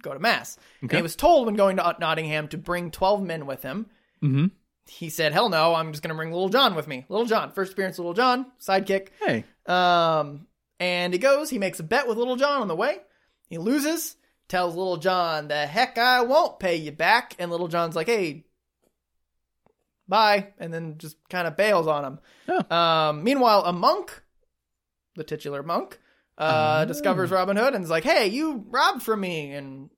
Speaker 1: go to mass. And
Speaker 2: Okay.
Speaker 1: he was told when going to Nottingham to bring twelve men with him
Speaker 2: Mm-hmm.
Speaker 1: he said, "Hell no, I'm just gonna bring Little John with me." Little John, first appearance, Little John, sidekick.
Speaker 2: Hey.
Speaker 1: Um, and he goes, he makes a bet with Little John on the way. He loses, tells Little John, "The heck, I won't pay you back." And Little John's like, "Hey, bye," and then just kind of bails on him.
Speaker 2: Oh.
Speaker 1: Um, meanwhile, a monk, the titular monk, uh,
Speaker 2: Oh.
Speaker 1: discovers Robin Hood and is like, "Hey, you robbed from me," and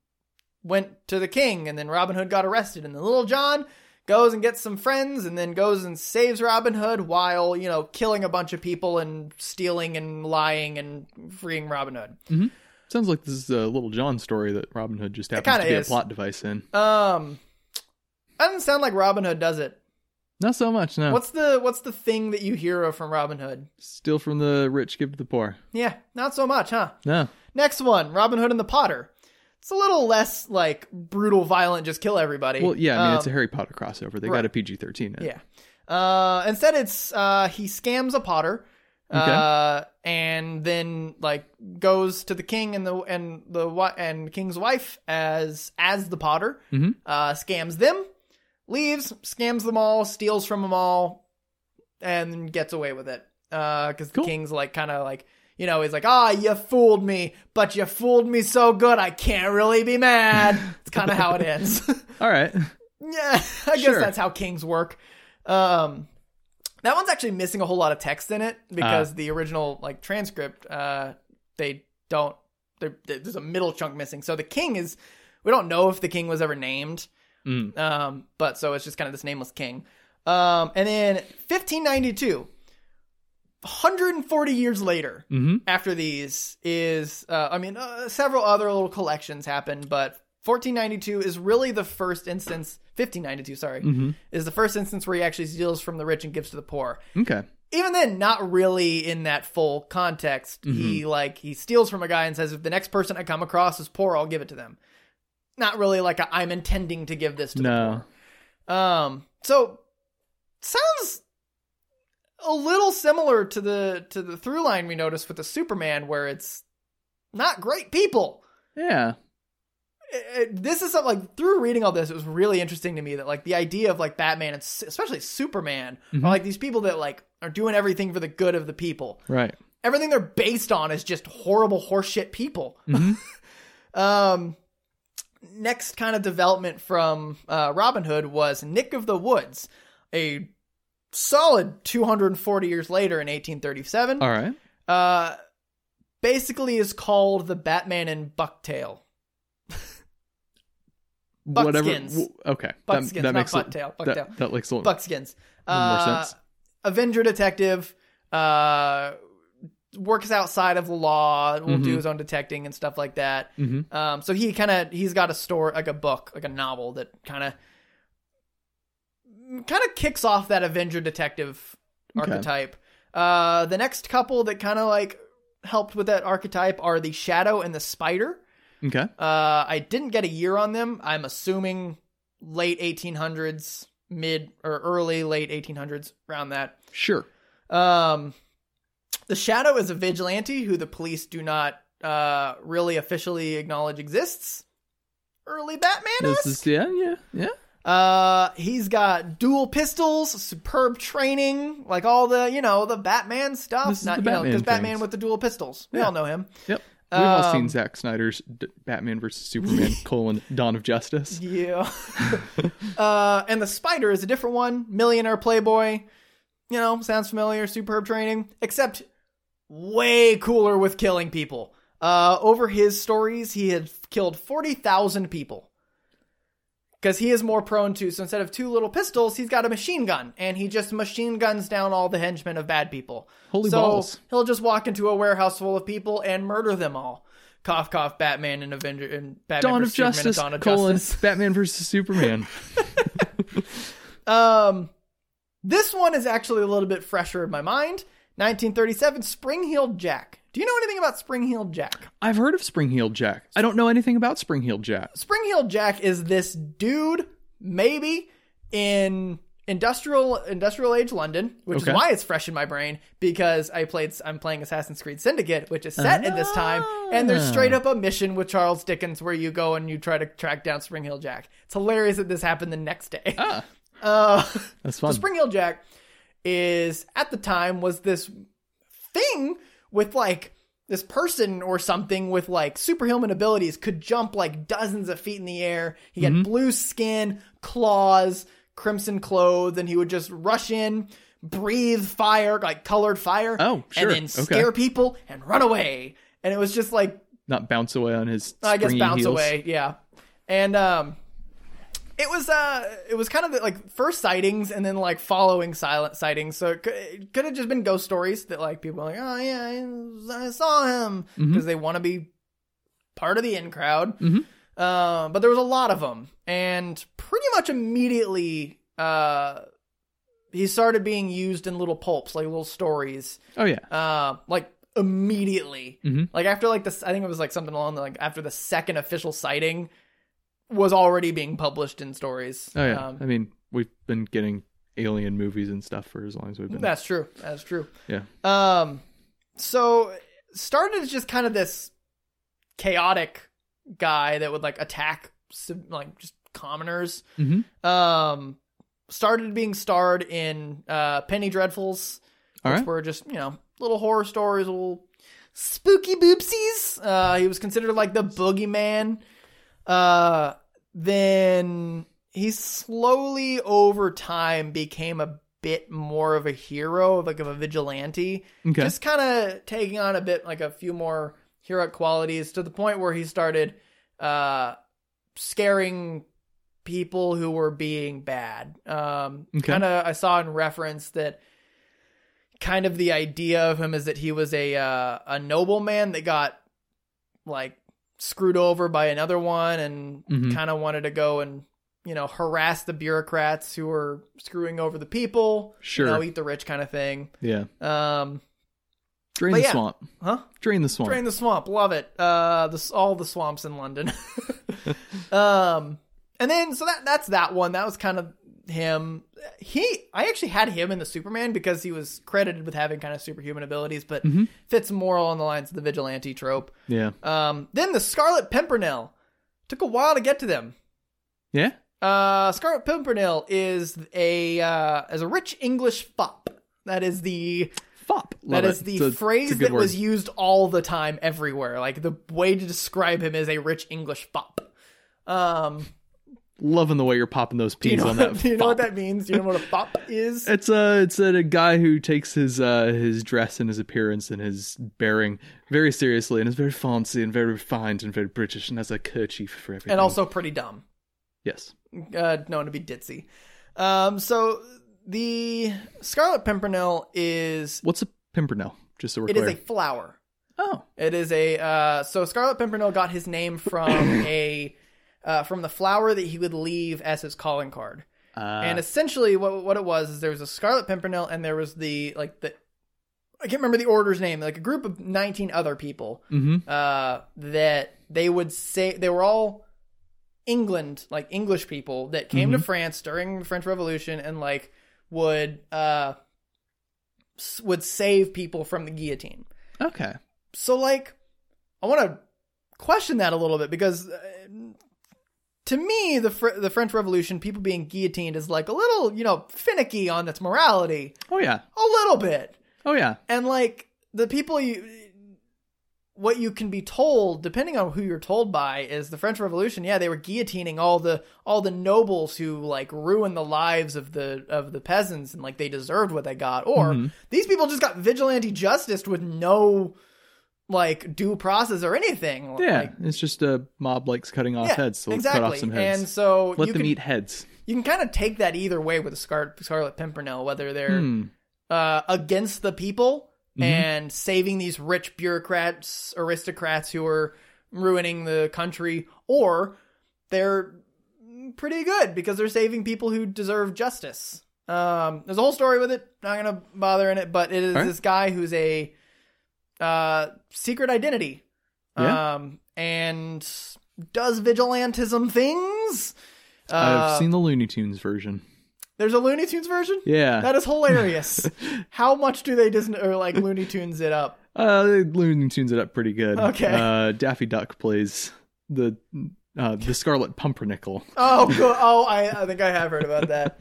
Speaker 1: went to the king. And then Robin Hood got arrested, and then Little John goes and gets some friends, and then goes and saves Robin Hood while you know killing a bunch of people and stealing and lying and freeing Robin Hood.
Speaker 2: Sounds like this is a little John story that Robin Hood just happens
Speaker 1: kinda
Speaker 2: to be
Speaker 1: is.
Speaker 2: a plot device in.
Speaker 1: Um, that doesn't sound like Robin Hood, does it?
Speaker 2: Not so much, no.
Speaker 1: What's the what's the thing that you hear of from Robin Hood?
Speaker 2: Steal from the rich, give to the poor.
Speaker 1: Yeah, not so much, huh?
Speaker 2: No.
Speaker 1: Next one, Robin Hood and the Potter. It's a little less like brutal, violent, just kill everybody.
Speaker 2: Well, yeah, I mean, it's a
Speaker 1: Um,
Speaker 2: Harry Potter crossover. They
Speaker 1: right.
Speaker 2: got a PG 13 in. it.
Speaker 1: yeah. Uh, instead, it's uh, he scams a Potter, uh, and then like goes to the king and the and the wi- and king's wife as as the Potter,
Speaker 2: Mhm.
Speaker 1: uh, scams them, leaves, scams them all, steals from them all, and gets away with it. Because
Speaker 2: Cool.
Speaker 1: the king's like, kind of like, you know, he's like, ah, you fooled me, but you fooled me so good, I can't really be mad. it's kind of how it ends.
Speaker 2: All right.
Speaker 1: yeah, I
Speaker 2: Sure.
Speaker 1: guess that's how kings work. Um, that one's actually missing a whole lot of text in it because the original like transcript, uh, they don't. there- There's a middle chunk missing, so the king is. We don't know if the king was ever named.
Speaker 2: Mm.
Speaker 1: Um, but so it's just kind of this nameless king. Um, and then 1592, 140 years later,
Speaker 2: Mhm.
Speaker 1: after these is, uh, I mean, uh, several other little collections happen, but 1492 is really the first instance. 1592, sorry,
Speaker 2: Mm. Mm-hmm.
Speaker 1: is the first instance where he actually steals from the rich and gives to the poor.
Speaker 2: Okay.
Speaker 1: Even then, not really in that full context. He like he steals from a guy and says, "If the next person I come across is poor, I'll give it to them." Not really like i I'm intending to give this to the poor.
Speaker 2: No.
Speaker 1: Um, so sounds a little similar to the to the through line we noticed with the Superman, where it's not great people.
Speaker 2: Yeah.
Speaker 1: It- it- this is something like through reading all this, it was really interesting to me that like the idea of like Batman and s- especially Superman
Speaker 2: Mhm.
Speaker 1: are like these people that like are doing everything for the good of the people.
Speaker 2: Right.
Speaker 1: Everything they're based on is just horrible horseshit people.
Speaker 2: Mhm.
Speaker 1: Um, next kind of development from uh, Robin Hood was Nick of the Woods, a solid 240 years later in 1837.
Speaker 2: All right.
Speaker 1: Uh, basically, is called the Batman in Bucktail.
Speaker 2: Whatever.
Speaker 1: Buckskins.
Speaker 2: w- Okay.
Speaker 1: Buckskins,
Speaker 2: that, that
Speaker 1: not
Speaker 2: makes a-
Speaker 1: bucktail,
Speaker 2: That,
Speaker 1: bucktail.
Speaker 2: that makes a little,
Speaker 1: Buckskins.
Speaker 2: little more
Speaker 1: Uh,
Speaker 2: sense.
Speaker 1: Avenger detective, uh, works outside of the law, will do
Speaker 2: Mhm.
Speaker 1: his own detecting and stuff like that.
Speaker 2: hmm
Speaker 1: Um, so he kind of he's got a story, like a book, like a novel that kind of kind of kicks off that Avenger detective
Speaker 2: Okay.
Speaker 1: archetype. Uh, the next couple that kind of like helped with that archetype are the Shadow and the Spider.
Speaker 2: Okay.
Speaker 1: Uh, I didn't get a year on them. I'm assuming late 1800s, mid or early late 1800s, around that.
Speaker 2: Sure.
Speaker 1: Um, the Shadow is a vigilante who the police do not uh, really officially acknowledge exists. Early Batman
Speaker 2: This is yeah, yeah, yeah.
Speaker 1: Uh, he's got dual pistols, superb training, like all the you know the Batman stuff.
Speaker 2: This is the
Speaker 1: you know,
Speaker 2: Batman
Speaker 1: 'cause Batman
Speaker 2: things.
Speaker 1: with the dual pistols. We
Speaker 2: Yeah.
Speaker 1: all know him.
Speaker 2: Yep. We've all
Speaker 1: Um,
Speaker 2: seen Zack Snyder's D- Batman versus Superman: colon Dawn of Justice.
Speaker 1: Yeah. uh, and the spider is a different one. Millionaire playboy. You know, sounds familiar. Superb training, except way cooler with killing people. Uh, over his stories, he had killed forty thousand people. Because he is more prone to, so instead of two little pistols, he's got a machine gun, and he just machine guns down all the henchmen of bad people.
Speaker 2: Holy
Speaker 1: so
Speaker 2: balls.
Speaker 1: he'll just walk into a warehouse full of people and murder them all. Cough, cough. Batman and Avenger and Batman
Speaker 2: Dawn of
Speaker 1: versus Superman and
Speaker 2: Justice:
Speaker 1: Dawn of
Speaker 2: colon
Speaker 1: Justice.
Speaker 2: Batman versus Superman.
Speaker 1: Um, this one is actually a little bit fresher in my mind. 1937, Spring-Heeled Jack. Do you know anything about Spring-Heeled Jack?
Speaker 2: I've heard of Spring-Heeled Jack. I don't know anything about Spring-Heeled Jack.
Speaker 1: Spring-Heeled Jack is this dude, maybe in industrial industrial age London, which
Speaker 2: Okay.
Speaker 1: is why it's fresh in my brain because I played I'm playing Assassin's Creed Syndicate, which is set at this time, and there's straight up a mission with Charles Dickens where you go and you try to track down Spring-Heeled Jack. It's hilarious that this happened the next day.
Speaker 2: Ah,
Speaker 1: Uh,
Speaker 2: that's fun.
Speaker 1: So Spring Hill Jack is at the time was this thing with like this person or something with like superhuman abilities could jump like dozens of feet in the air. He
Speaker 2: Mm-hmm.
Speaker 1: had blue skin, claws, crimson clothes, and he would just rush in, breathe fire, like colored fire.
Speaker 2: Oh,
Speaker 1: And
Speaker 2: sure.
Speaker 1: then
Speaker 2: Okay.
Speaker 1: scare people and run away. And it was just like
Speaker 2: Not bounce away on his.
Speaker 1: I guess
Speaker 2: springy
Speaker 1: bounce
Speaker 2: heels.
Speaker 1: away, yeah. And um, it was uh, it was kind of like first sightings and then like following silent sightings. So it could, it could have just been ghost stories that like people are like, oh yeah, I I saw him because they want to be part of the in crowd. Uh, but there was a lot of them, and pretty much immediately, uh, he started being used in little pulps, like little stories
Speaker 2: Oh yeah.
Speaker 1: uh, like immediately.
Speaker 2: Mhm.
Speaker 1: Like after like this, I think it was like something along the, like after the second official sighting was already being published in stories.
Speaker 2: Oh yeah. I
Speaker 1: um,
Speaker 2: mean, we've been getting alien movies and stuff for as long as we've been.
Speaker 1: that's true. That's true.
Speaker 2: Yeah.
Speaker 1: Um, so started as just kind of this chaotic guy that would like attack civ- like just commoners.
Speaker 2: Mhm.
Speaker 1: Um, started being starred in uh, Penny Dreadfuls,
Speaker 2: All
Speaker 1: which
Speaker 2: right.
Speaker 1: were just you know little horror stories, little spooky boopsies. Uh, he was considered like the boogeyman. Uh, then he slowly over time became a bit more of a hero, like of a vigilante
Speaker 2: Okay.
Speaker 1: just kind of taking on a bit like a few more heroic qualities to the point where he started uh scaring people who were being bad um
Speaker 2: Okay.
Speaker 1: kind of i saw in reference that kind of the idea of him is that he was a uh, a nobleman that got like screwed over by another one and
Speaker 2: Mhm.
Speaker 1: kind of wanted to go and you know harass the bureaucrats who were screwing over the people
Speaker 2: Sure.
Speaker 1: you know, eat the rich kind of thing
Speaker 2: yeah.
Speaker 1: um
Speaker 2: Drain
Speaker 1: but
Speaker 2: the
Speaker 1: yeah.
Speaker 2: swamp.
Speaker 1: huh
Speaker 2: Drain the swamp.
Speaker 1: Drain the swamp, love it. Uh, the, all the swamps in London. um, and then so that that's that one. That was kind of him. He, I actually had him in the Superman because he was credited with having kind of superhuman abilities, but fits more along the lines of the vigilante trope.
Speaker 2: yeah.
Speaker 1: Um, then the Scarlet Pimpernel took a while to get to them.
Speaker 2: Yeah.
Speaker 1: Uh, Scarlet Pimpernel is a uh, is a rich English fop. That is the
Speaker 2: Fop. Love
Speaker 1: that is
Speaker 2: it.
Speaker 1: the
Speaker 2: It's a- it's a
Speaker 1: phrase
Speaker 2: good
Speaker 1: that
Speaker 2: word.
Speaker 1: was used all the time everywhere. Like the way to describe him is a rich English fop. Um,
Speaker 2: Loving the way you're popping those
Speaker 1: do you
Speaker 2: peas
Speaker 1: know,
Speaker 2: on that.
Speaker 1: do you know what
Speaker 2: fop.
Speaker 1: that means? Do you know what a fop is?
Speaker 2: It's a it's a, a guy who takes his uh his dress and his appearance and his bearing very seriously and is very fancy and very refined and very British and has a kerchief for everything.
Speaker 1: And also pretty dumb.
Speaker 2: yes,
Speaker 1: uh, known to be ditzy. Um, so the Scarlet Pimpernel is
Speaker 2: what's a pimpernel? Just so we're
Speaker 1: it is
Speaker 2: clear.
Speaker 1: a flower.
Speaker 2: oh,
Speaker 1: It is a uh, so Scarlet Pimpernel got his name from a uh, from the flower that he would leave as his calling card.
Speaker 2: uh,
Speaker 1: and essentially, what what it was is there was a Scarlet Pimpernel, and there was the like the I can't remember the order's name, like a group of nineteen other people
Speaker 2: mm-hmm.
Speaker 1: uh, that they would say they were all England, like English people that came to France during the French Revolution and like would uh, s- would save people from the guillotine.
Speaker 2: okay,
Speaker 1: So like, I want to question that a little bit because. Uh, to me, the Fr- the French Revolution, people being guillotined, is like a little, you know, finicky on its morality,
Speaker 2: oh yeah,
Speaker 1: a little bit
Speaker 2: oh yeah,
Speaker 1: and like the people you what you can be told depending on who you're told by is the french revolution yeah they were guillotining all the all the nobles who like ruined the lives of the of the peasants and like they deserved what they got or
Speaker 2: Mhm.
Speaker 1: these people just got vigilante justice with no like due process or anything
Speaker 2: yeah.
Speaker 1: Like,
Speaker 2: it's just a mob likes cutting off
Speaker 1: yeah,
Speaker 2: heads, so let's
Speaker 1: exactly
Speaker 2: cut off some heads.
Speaker 1: and so
Speaker 2: Let
Speaker 1: you
Speaker 2: them
Speaker 1: can,
Speaker 2: eat heads.
Speaker 1: you can kind of take that either way with the Scar- scarlet pimpernel whether they're
Speaker 2: Hmm.
Speaker 1: uh, against the people
Speaker 2: Mhm.
Speaker 1: and saving these rich bureaucrats, aristocrats who are ruining the country, or they're pretty good because they're saving people who deserve justice. Um, there's a whole story with it. Not gonna bother in it, but it is
Speaker 2: All right.
Speaker 1: this guy who's a uh, secret identity,
Speaker 2: Yeah.
Speaker 1: um, and does vigilantism things. Uh,
Speaker 2: I've seen the Looney Tunes version.
Speaker 1: there's a Looney Tunes version.
Speaker 2: Yeah,
Speaker 1: That is hilarious. How much do they Disney or like Looney Tunes it up?
Speaker 2: Uh, Looney Tunes it up pretty good.
Speaker 1: Okay.
Speaker 2: Uh, Daffy Duck plays the uh, the Scarlet Pumpernickel.
Speaker 1: Oh, go- oh, I, I think I have heard about that.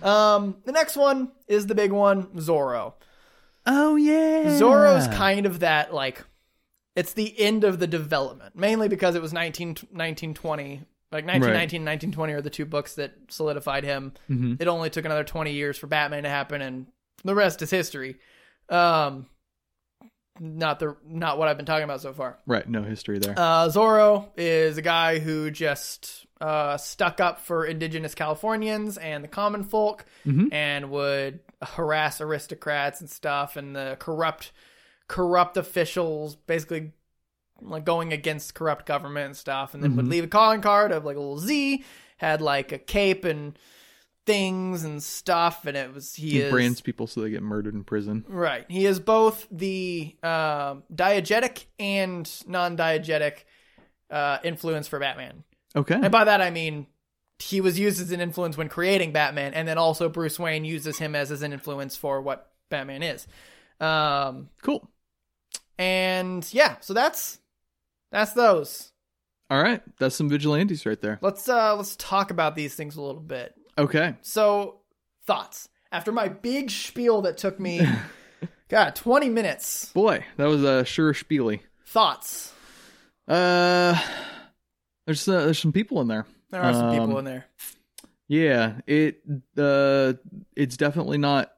Speaker 1: Um, the next one is the big one, Zorro.
Speaker 2: Oh yeah,
Speaker 1: Zorro's kind of that like, it's the end of the development, mainly because it was 19, 1920, like 1919, 1920 are the two books that solidified him.
Speaker 2: Mhm.
Speaker 1: It only took another 20 years for Batman to happen, and the rest is history. Um, not the not what I've been talking about so far.
Speaker 2: Right, no history there.
Speaker 1: Uh, Zorro is a guy who just uh, stuck up for indigenous Californians and the common folk
Speaker 2: Mhm.
Speaker 1: and would harass aristocrats and stuff and the corrupt corrupt officials basically like going against corrupt government and stuff and then would
Speaker 2: Mhm.
Speaker 1: leave a calling card of like a little Z had like a cape and things and stuff and it was he,
Speaker 2: he
Speaker 1: is
Speaker 2: brands people so they get murdered in prison.
Speaker 1: Right. He is both the uh, diegetic and non diegetic uh, influence for Batman.
Speaker 2: Okay.
Speaker 1: And by that, I mean he was used as an influence when creating Batman, and then also Bruce Wayne uses him as, as an influence for what Batman is. Um,
Speaker 2: Cool.
Speaker 1: and yeah, so that's that's those.
Speaker 2: All right, that's some vigilantes right there.
Speaker 1: Let's uh let's talk about these things a little bit.
Speaker 2: Okay.
Speaker 1: So thoughts after my big spiel that took me god 20 minutes.
Speaker 2: Boy, that was uh, a sure spiely.
Speaker 1: Thoughts.
Speaker 2: Uh, there's uh, there's some people in there.
Speaker 1: There are some
Speaker 2: Um,
Speaker 1: people in there.
Speaker 2: Yeah, it uh it's definitely not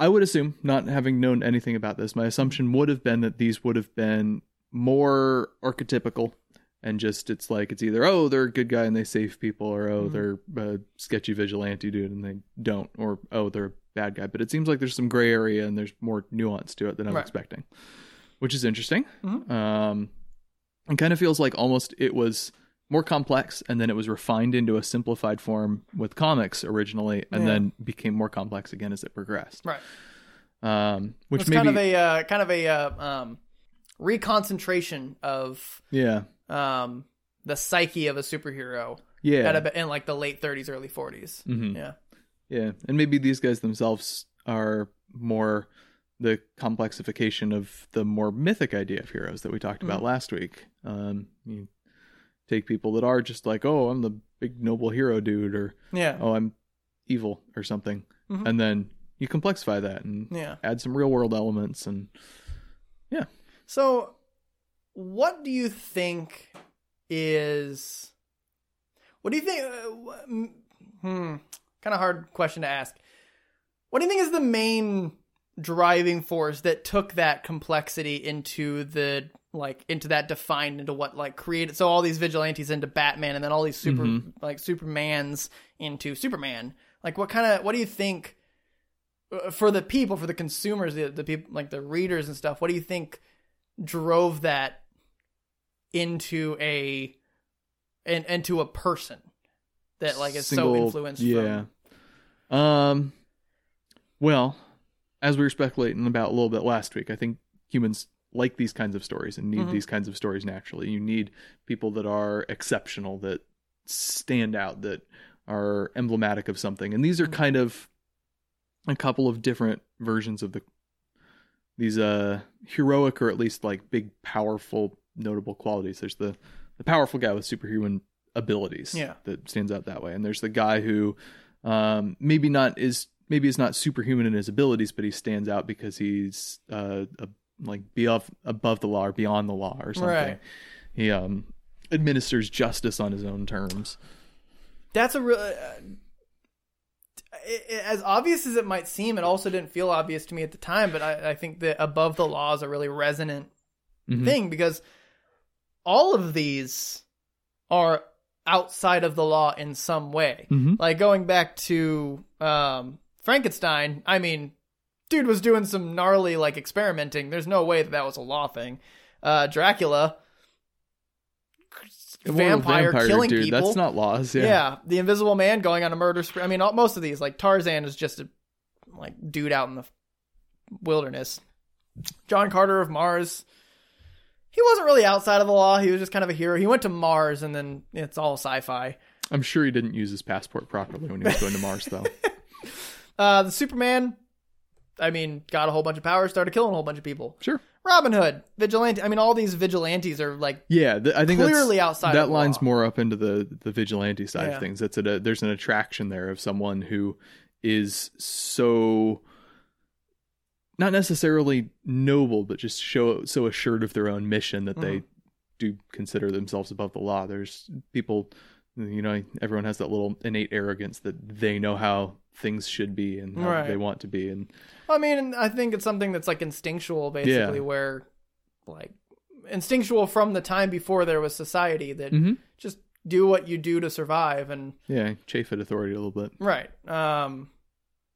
Speaker 2: I would assume, not having known anything about this, my assumption would have been that these would have been more archetypical and just it's like it's either oh they're a good guy and they save people or oh
Speaker 1: Mhm.
Speaker 2: they're a sketchy vigilante dude and they don't or oh they're a bad guy but it seems like there's some gray area and there's more nuance to it than i was
Speaker 1: Right.
Speaker 2: expecting which is interesting
Speaker 1: Mhm.
Speaker 2: um it kind of feels like almost it was more complex and then it was refined into a simplified form with comics originally and
Speaker 1: Yeah.
Speaker 2: then became more complex again as it progressed
Speaker 1: Right.
Speaker 2: um which
Speaker 1: it's
Speaker 2: maybe
Speaker 1: kind of a uh, kind of a uh, um, reconcentration of
Speaker 2: yeah
Speaker 1: um, the psyche of a superhero
Speaker 2: yeah
Speaker 1: at a, in like the late 30s, early 40s.
Speaker 2: Mhm.
Speaker 1: Yeah.
Speaker 2: yeah and maybe these guys themselves are more the complexification of the more mythic idea of heroes that we talked
Speaker 1: Mm.
Speaker 2: about last week um you take people that are just like oh i'm the big noble hero dude or
Speaker 1: Yeah.
Speaker 2: oh i'm evil or something
Speaker 1: Mhm.
Speaker 2: and then you complexify that and
Speaker 1: Yeah.
Speaker 2: add some real world elements and
Speaker 1: So, what do you think is what do you think? Uh, wh- mm, hmm, kind of hard question to ask. What do you think is the main driving force that took that complexity into the like into that defined into what like created so all these vigilantes into Batman and then all these super
Speaker 2: Mhm.
Speaker 1: like Supermans into Superman? Like what kind of what do you think uh, for the people for the consumers the the people like the readers and stuff? What do you think drove that into a and into a person that like is so
Speaker 2: Single-
Speaker 1: influenced
Speaker 2: Yeah.
Speaker 1: from
Speaker 2: Um. Well, as we were speculating about a little bit last week, I think humans like these kinds of stories and need
Speaker 1: Mhm.
Speaker 2: these kinds of stories naturally. You need people that are exceptional, that stand out, that are emblematic of something. And these are
Speaker 1: Mhm.
Speaker 2: kind of a couple of different versions of the these uh heroic or at least like big powerful notable qualities. There's the the powerful guy with superhuman abilities
Speaker 1: Yeah.
Speaker 2: that stands out that way. And there's the guy who um, maybe not is maybe is not superhuman in his abilities, but he stands out because he's uh, a, like beyond above the law or beyond the law or something.
Speaker 1: Right.
Speaker 2: He um, administers justice on his own terms.
Speaker 1: that's a real. Uh, it- it- as obvious as it might seem, it also didn't feel obvious to me at the time. But I, I think that above the law is a really resonant
Speaker 2: Mhm.
Speaker 1: thing because all of these are outside of the law in some way.
Speaker 2: Mhm.
Speaker 1: Like going back to um, Frankenstein, I mean, dude was doing some gnarly like experimenting. There's no way that that was a law thing. Uh, Dracula,
Speaker 2: Immortal
Speaker 1: vampire, killing
Speaker 2: dude,
Speaker 1: people.
Speaker 2: That's not laws.
Speaker 1: yeah.
Speaker 2: Yeah.
Speaker 1: the Invisible Man going on a murder spree. I mean, all, most of these like Tarzan is just a like dude out in the wilderness. John Carter of Mars. He wasn't really outside of the law. He was just kind of a hero. He went to Mars, and then it's all sci-fi.
Speaker 2: I'm sure he didn't use his passport properly when he was going to Mars, though.
Speaker 1: Uh, the Superman, I mean, got a whole bunch of powers, started killing a whole bunch of people.
Speaker 2: Sure.
Speaker 1: Robin Hood, vigilante. I mean, all these vigilantes are like
Speaker 2: Yeah, th- I think that's-
Speaker 1: Clearly outside
Speaker 2: That
Speaker 1: of the
Speaker 2: line's
Speaker 1: law.
Speaker 2: more up into the the vigilante side
Speaker 1: Yeah.
Speaker 2: of things. That's a, there's an attraction there of someone who is so not necessarily noble, but just show so assured of their own mission that they
Speaker 1: Mm-hmm.
Speaker 2: do consider themselves above the law. There's people, you know, everyone has that little innate arrogance that they know how things should be and how
Speaker 1: Right.
Speaker 2: they want to be, and
Speaker 1: I mean, I think it's something that's like instinctual, basically,
Speaker 2: Yeah.
Speaker 1: where like instinctual from the time before there was society that
Speaker 2: Mhm.
Speaker 1: just do what you do to survive and
Speaker 2: yeah, chafe at authority a little bit.
Speaker 1: right. Um,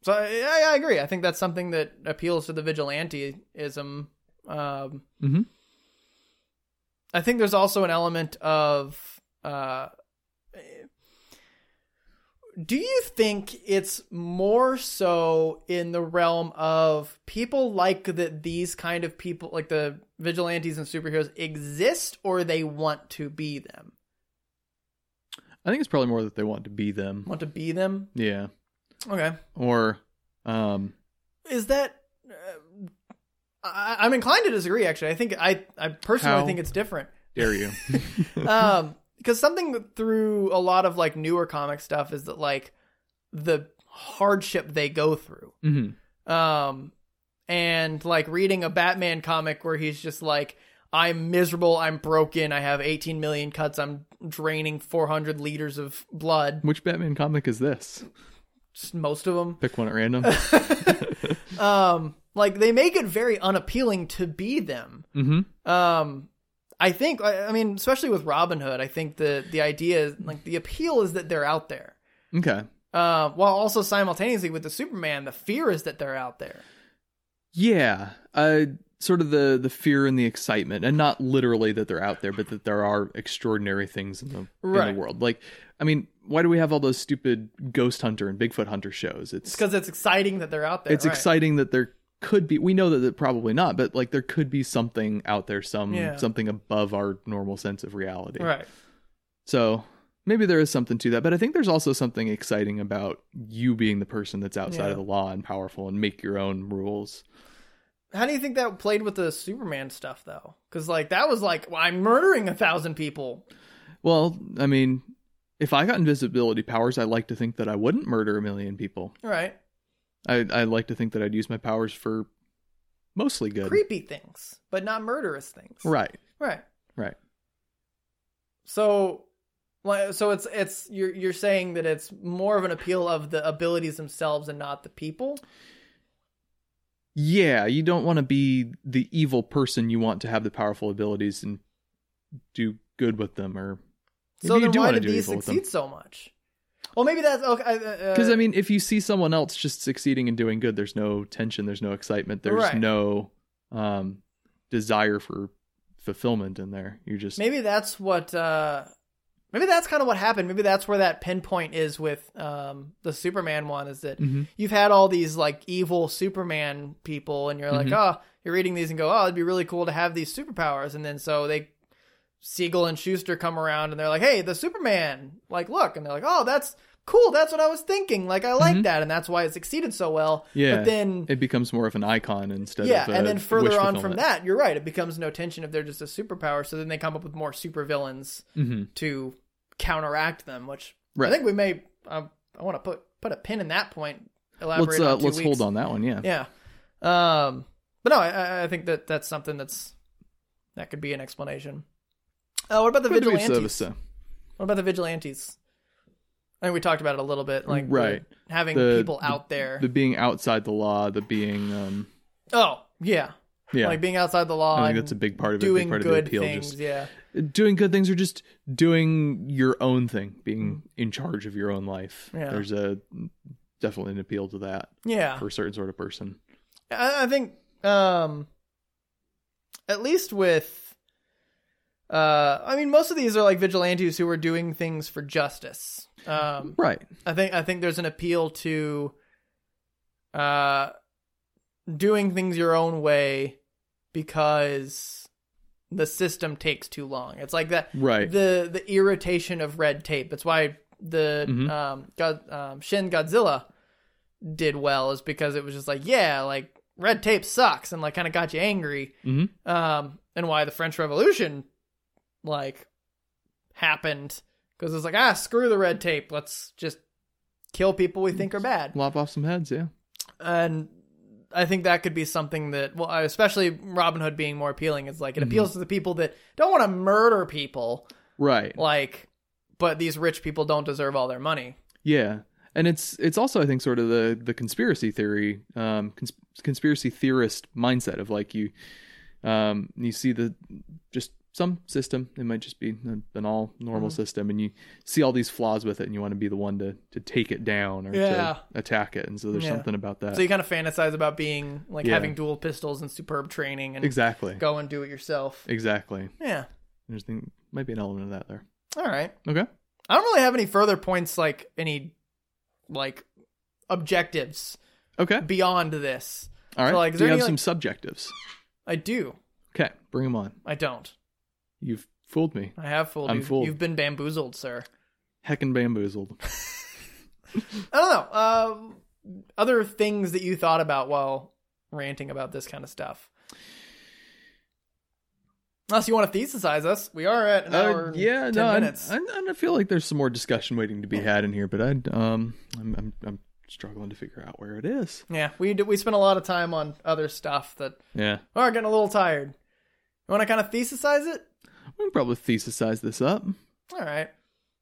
Speaker 1: so I, I agree. I think that's something that appeals to the vigilanteism. Um,
Speaker 2: Mhm.
Speaker 1: I think there's also an element of. Uh, do you think it's more so in the realm of people like that these kind of people, like the vigilantes and superheroes, exist or they want to be them?
Speaker 2: I think it's probably more that they want to be them.
Speaker 1: Want to be them?
Speaker 2: Yeah,
Speaker 1: Okay.
Speaker 2: or um,
Speaker 1: Is that. Uh, I, I'm inclined to disagree, actually. I think I, I personally
Speaker 2: How?
Speaker 1: think it's different.
Speaker 2: dare you?
Speaker 1: um because something through a lot of like newer comic stuff is that like the hardship they go through
Speaker 2: hmm
Speaker 1: um and like reading a batman comic where he's just like i'm miserable i'm broken i have 18 million cuts i'm draining 400 liters of blood
Speaker 2: Which Batman comic is this?
Speaker 1: just most of them
Speaker 2: Pick one at random.
Speaker 1: um like they make it very unappealing to be them
Speaker 2: mm-hmm.
Speaker 1: Um, I think I, I mean, especially with Robin Hood, I think the the idea is like the appeal is that they're out there.
Speaker 2: Okay.
Speaker 1: Uh, while also simultaneously with the Superman, the fear is that they're out there.
Speaker 2: Yeah. Uh, sort of the the fear and the excitement, and not literally that they're out there, but that there are extraordinary things in the in
Speaker 1: Right.
Speaker 2: the world. Like, I mean, why do we have all those stupid ghost hunter and Bigfoot hunter shows? It's
Speaker 1: It's because it's exciting that they're out there.
Speaker 2: it's
Speaker 1: right.
Speaker 2: exciting that there could be. We know that, that probably not, but like there could be something out there, some
Speaker 1: Yeah.
Speaker 2: something above our normal sense of reality.
Speaker 1: right?
Speaker 2: So maybe there is something to that, but I think there's also something exciting about you being the person that's outside
Speaker 1: Yeah.
Speaker 2: of the law and powerful and make your own rules.
Speaker 1: How do you think that played with the Superman stuff though? Because like that was like, well, I'm murdering a thousand people.
Speaker 2: Well, I mean, if I got invisibility powers, I like to think that I wouldn't murder a million people.
Speaker 1: Right?
Speaker 2: I I like to think that I'd use my powers for mostly good.
Speaker 1: Creepy things, but not murderous things.
Speaker 2: Right.
Speaker 1: Right.
Speaker 2: Right.
Speaker 1: So, like, so it's it's you're you're saying that it's more of an appeal of the abilities themselves and not the people.
Speaker 2: Yeah, you don't want to be the evil person. You want to have the powerful abilities and do good with them, or
Speaker 1: So
Speaker 2: Maybe you
Speaker 1: then,
Speaker 2: do
Speaker 1: why
Speaker 2: wanna
Speaker 1: did
Speaker 2: do
Speaker 1: these
Speaker 2: evil with them.
Speaker 1: succeed so much? Well, maybe that's okay. uh,
Speaker 2: because I mean, if you see someone else just succeeding and doing good, there's no tension, there's no excitement, there's
Speaker 1: Right.
Speaker 2: no um, desire for fulfillment in there. You're just
Speaker 1: maybe that's what uh maybe that's kind of what happened maybe that's where that pinpoint is with um the superman one is that
Speaker 2: Mhm.
Speaker 1: you've had all these like evil superman people and you're like oh you're reading these and go oh it'd be really cool to have these superpowers and then so they siegel and schuster come around and they're like hey the superman like look and they're like oh that's cool that's what i was thinking like i like that and that's why it succeeded so well
Speaker 2: Yeah.
Speaker 1: but then
Speaker 2: it becomes more of an icon instead
Speaker 1: yeah,
Speaker 2: of a
Speaker 1: and then further
Speaker 2: wish
Speaker 1: on from
Speaker 2: fulfillment.
Speaker 1: that, you're right. It becomes no tension if they're just a superpower. So then they come up with more supervillains to counteract them. Which I
Speaker 2: Right.
Speaker 1: think we may. Um, I want to put put a pin in that point. Elaborate
Speaker 2: let's uh,
Speaker 1: on two
Speaker 2: let's
Speaker 1: weeks.
Speaker 2: hold on that one. Yeah.
Speaker 1: Yeah, um, but no, I- I, I think that that's something that's that could be an explanation. Uh, what about the
Speaker 2: Good to be of
Speaker 1: vigilantes?
Speaker 2: service, though.
Speaker 1: What about the vigilantes? I think we talked about it a little bit, like
Speaker 2: Right.
Speaker 1: having
Speaker 2: The-
Speaker 1: people
Speaker 2: the-
Speaker 1: out there.
Speaker 2: uh, The being outside the law, the being um
Speaker 1: oh yeah,
Speaker 2: yeah.
Speaker 1: like being outside the law.
Speaker 2: I think
Speaker 1: and
Speaker 2: that's a big part of it.
Speaker 1: doing
Speaker 2: big part
Speaker 1: good
Speaker 2: of the appeal.
Speaker 1: things. Yeah,
Speaker 2: Just doing good things or just doing your own thing, being in charge of your own life.
Speaker 1: Mm. Yeah.
Speaker 2: There's a definitely an appeal to that
Speaker 1: yeah.
Speaker 2: for a certain sort of person.
Speaker 1: I, I think um, at least with, uh, I mean, most of these are like vigilantes who are doing things for justice. Um,
Speaker 2: Right.
Speaker 1: I think I think there's an appeal to, uh, doing things your own way because the system takes too long. It's like that.
Speaker 2: Right.
Speaker 1: the the irritation of red tape. That's why the
Speaker 2: Mhm.
Speaker 1: um, God, um, Shin Godzilla did well is because it was just like yeah, like red tape sucks and like kind of got you angry.
Speaker 2: Mhm.
Speaker 1: Um, and why the French Revolution like happened because it's like ah screw the red tape, let's just kill people we think are bad.
Speaker 2: Lop off some heads, yeah.
Speaker 1: And I think that could be something that well, especially Robin Hood being more appealing is like it appeals to the people that don't want to murder people
Speaker 2: Right.
Speaker 1: like but these rich people don't deserve all their money
Speaker 2: Yeah, and it's it's also I think sort of the the conspiracy theory, um, cons- conspiracy theorist mindset of like you, um, you see the just some system. It might just be an an all normal
Speaker 1: Uh-huh.
Speaker 2: system, and you see all these flaws with it, and you want to be the one to to take it down or
Speaker 1: Yeah.
Speaker 2: to attack it. And so there's
Speaker 1: Yeah.
Speaker 2: something about that.
Speaker 1: so you kind of fantasize about being like
Speaker 2: Yeah.
Speaker 1: having dual pistols and superb training and
Speaker 2: exactly.
Speaker 1: go and do it yourself
Speaker 2: Exactly.
Speaker 1: yeah
Speaker 2: There's thing, might be an element of that there.
Speaker 1: all right
Speaker 2: Okay.
Speaker 1: i don't really have any further points like any like objectives
Speaker 2: Okay.
Speaker 1: beyond this
Speaker 2: All right.
Speaker 1: So, like, is
Speaker 2: Do
Speaker 1: there
Speaker 2: you have
Speaker 1: any,
Speaker 2: some
Speaker 1: like-
Speaker 2: subjectives?
Speaker 1: i do
Speaker 2: Okay. Bring them on.
Speaker 1: i don't
Speaker 2: You've fooled me.
Speaker 1: i have fooled
Speaker 2: I'm
Speaker 1: you
Speaker 2: fooled.
Speaker 1: you've been bamboozled sir
Speaker 2: Heckin' bamboozled.
Speaker 1: i don't know uh, other things that you thought about while ranting about this kind of stuff Unless you want to thesisize us, we are at an hour.
Speaker 2: Uh,
Speaker 1: and
Speaker 2: yeah,
Speaker 1: 10
Speaker 2: no, I,
Speaker 1: minutes.
Speaker 2: I, I feel like there's some more discussion waiting to be had in here, but I um, I'm, I'm I'm struggling to figure out where it is.
Speaker 1: Yeah, we d- we spent a lot of time on other stuff that
Speaker 2: Yeah,
Speaker 1: are getting a little tired. You want to kind of thesisize it?
Speaker 2: we can probably thesisize this up.
Speaker 1: All right.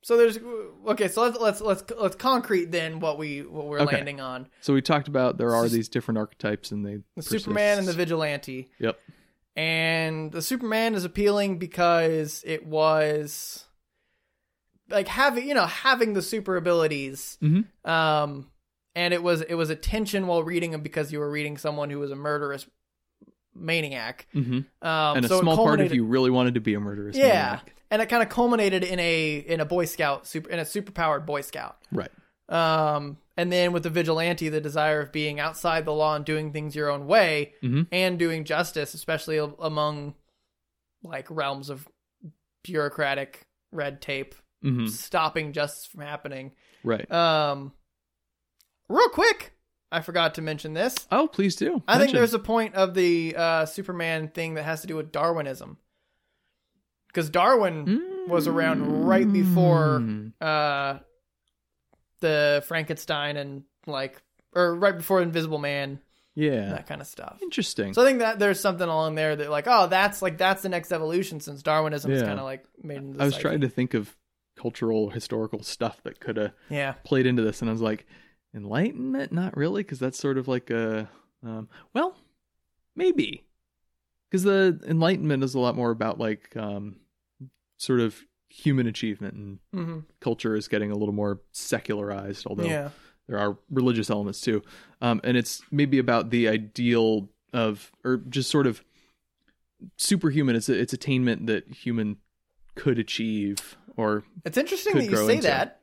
Speaker 1: So there's okay. So let's let's let's let's concrete then what we what we're
Speaker 2: Okay.
Speaker 1: landing on
Speaker 2: So we talked about there are these different archetypes, and they
Speaker 1: the Superman and the vigilante.
Speaker 2: yep,
Speaker 1: and the Superman is appealing because it was like having you know having the super abilities,
Speaker 2: Mhm.
Speaker 1: um, and it was it was a tension while reading them because you were reading someone who was a murderous maniac,
Speaker 2: hmm
Speaker 1: um,
Speaker 2: and a
Speaker 1: so it
Speaker 2: small part of
Speaker 1: culminated-
Speaker 2: you really wanted to be a murderous.
Speaker 1: yeah,
Speaker 2: maniac.
Speaker 1: and it kind of culminated in a in a Boy Scout super in a superpowered Boy Scout.
Speaker 2: right.
Speaker 1: Um, and then with the vigilante, the desire of being outside the law and doing things your own way
Speaker 2: Mhm.
Speaker 1: and doing justice, especially a- among like realms of bureaucratic red tape,
Speaker 2: hmm
Speaker 1: stopping justice from happening.
Speaker 2: Right.
Speaker 1: Um, real quick, I forgot to mention this.
Speaker 2: oh, please do.
Speaker 1: I think
Speaker 2: Mention.
Speaker 1: there's a point of the uh, Superman thing that has to do with Darwinism. Because Darwin was around right before
Speaker 2: Mm.
Speaker 1: uh the Frankenstein and like or right before Invisible Man
Speaker 2: Yeah.
Speaker 1: that kind of stuff.
Speaker 2: Interesting.
Speaker 1: So I think that there's something along there that like, oh, that's like that's the next evolution since Darwinism is
Speaker 2: Yeah.
Speaker 1: kind of like made into. This
Speaker 2: I was
Speaker 1: idea.
Speaker 2: trying to think of cultural, historical stuff that could have
Speaker 1: Yeah,
Speaker 2: played into this, and I was like, Enlightenment? Not really, because that's sort of like a, um, well, maybe, because the Enlightenment is a lot more about like um, sort of human achievement, and
Speaker 1: hmm
Speaker 2: culture is getting a little more secularized, although
Speaker 1: yeah,
Speaker 2: there are religious elements too, um, and it's maybe about the ideal of, or just sort of superhuman. It's it's attainment that human could achieve, or
Speaker 1: it's interesting
Speaker 2: could
Speaker 1: that you
Speaker 2: grow
Speaker 1: say
Speaker 2: into.
Speaker 1: that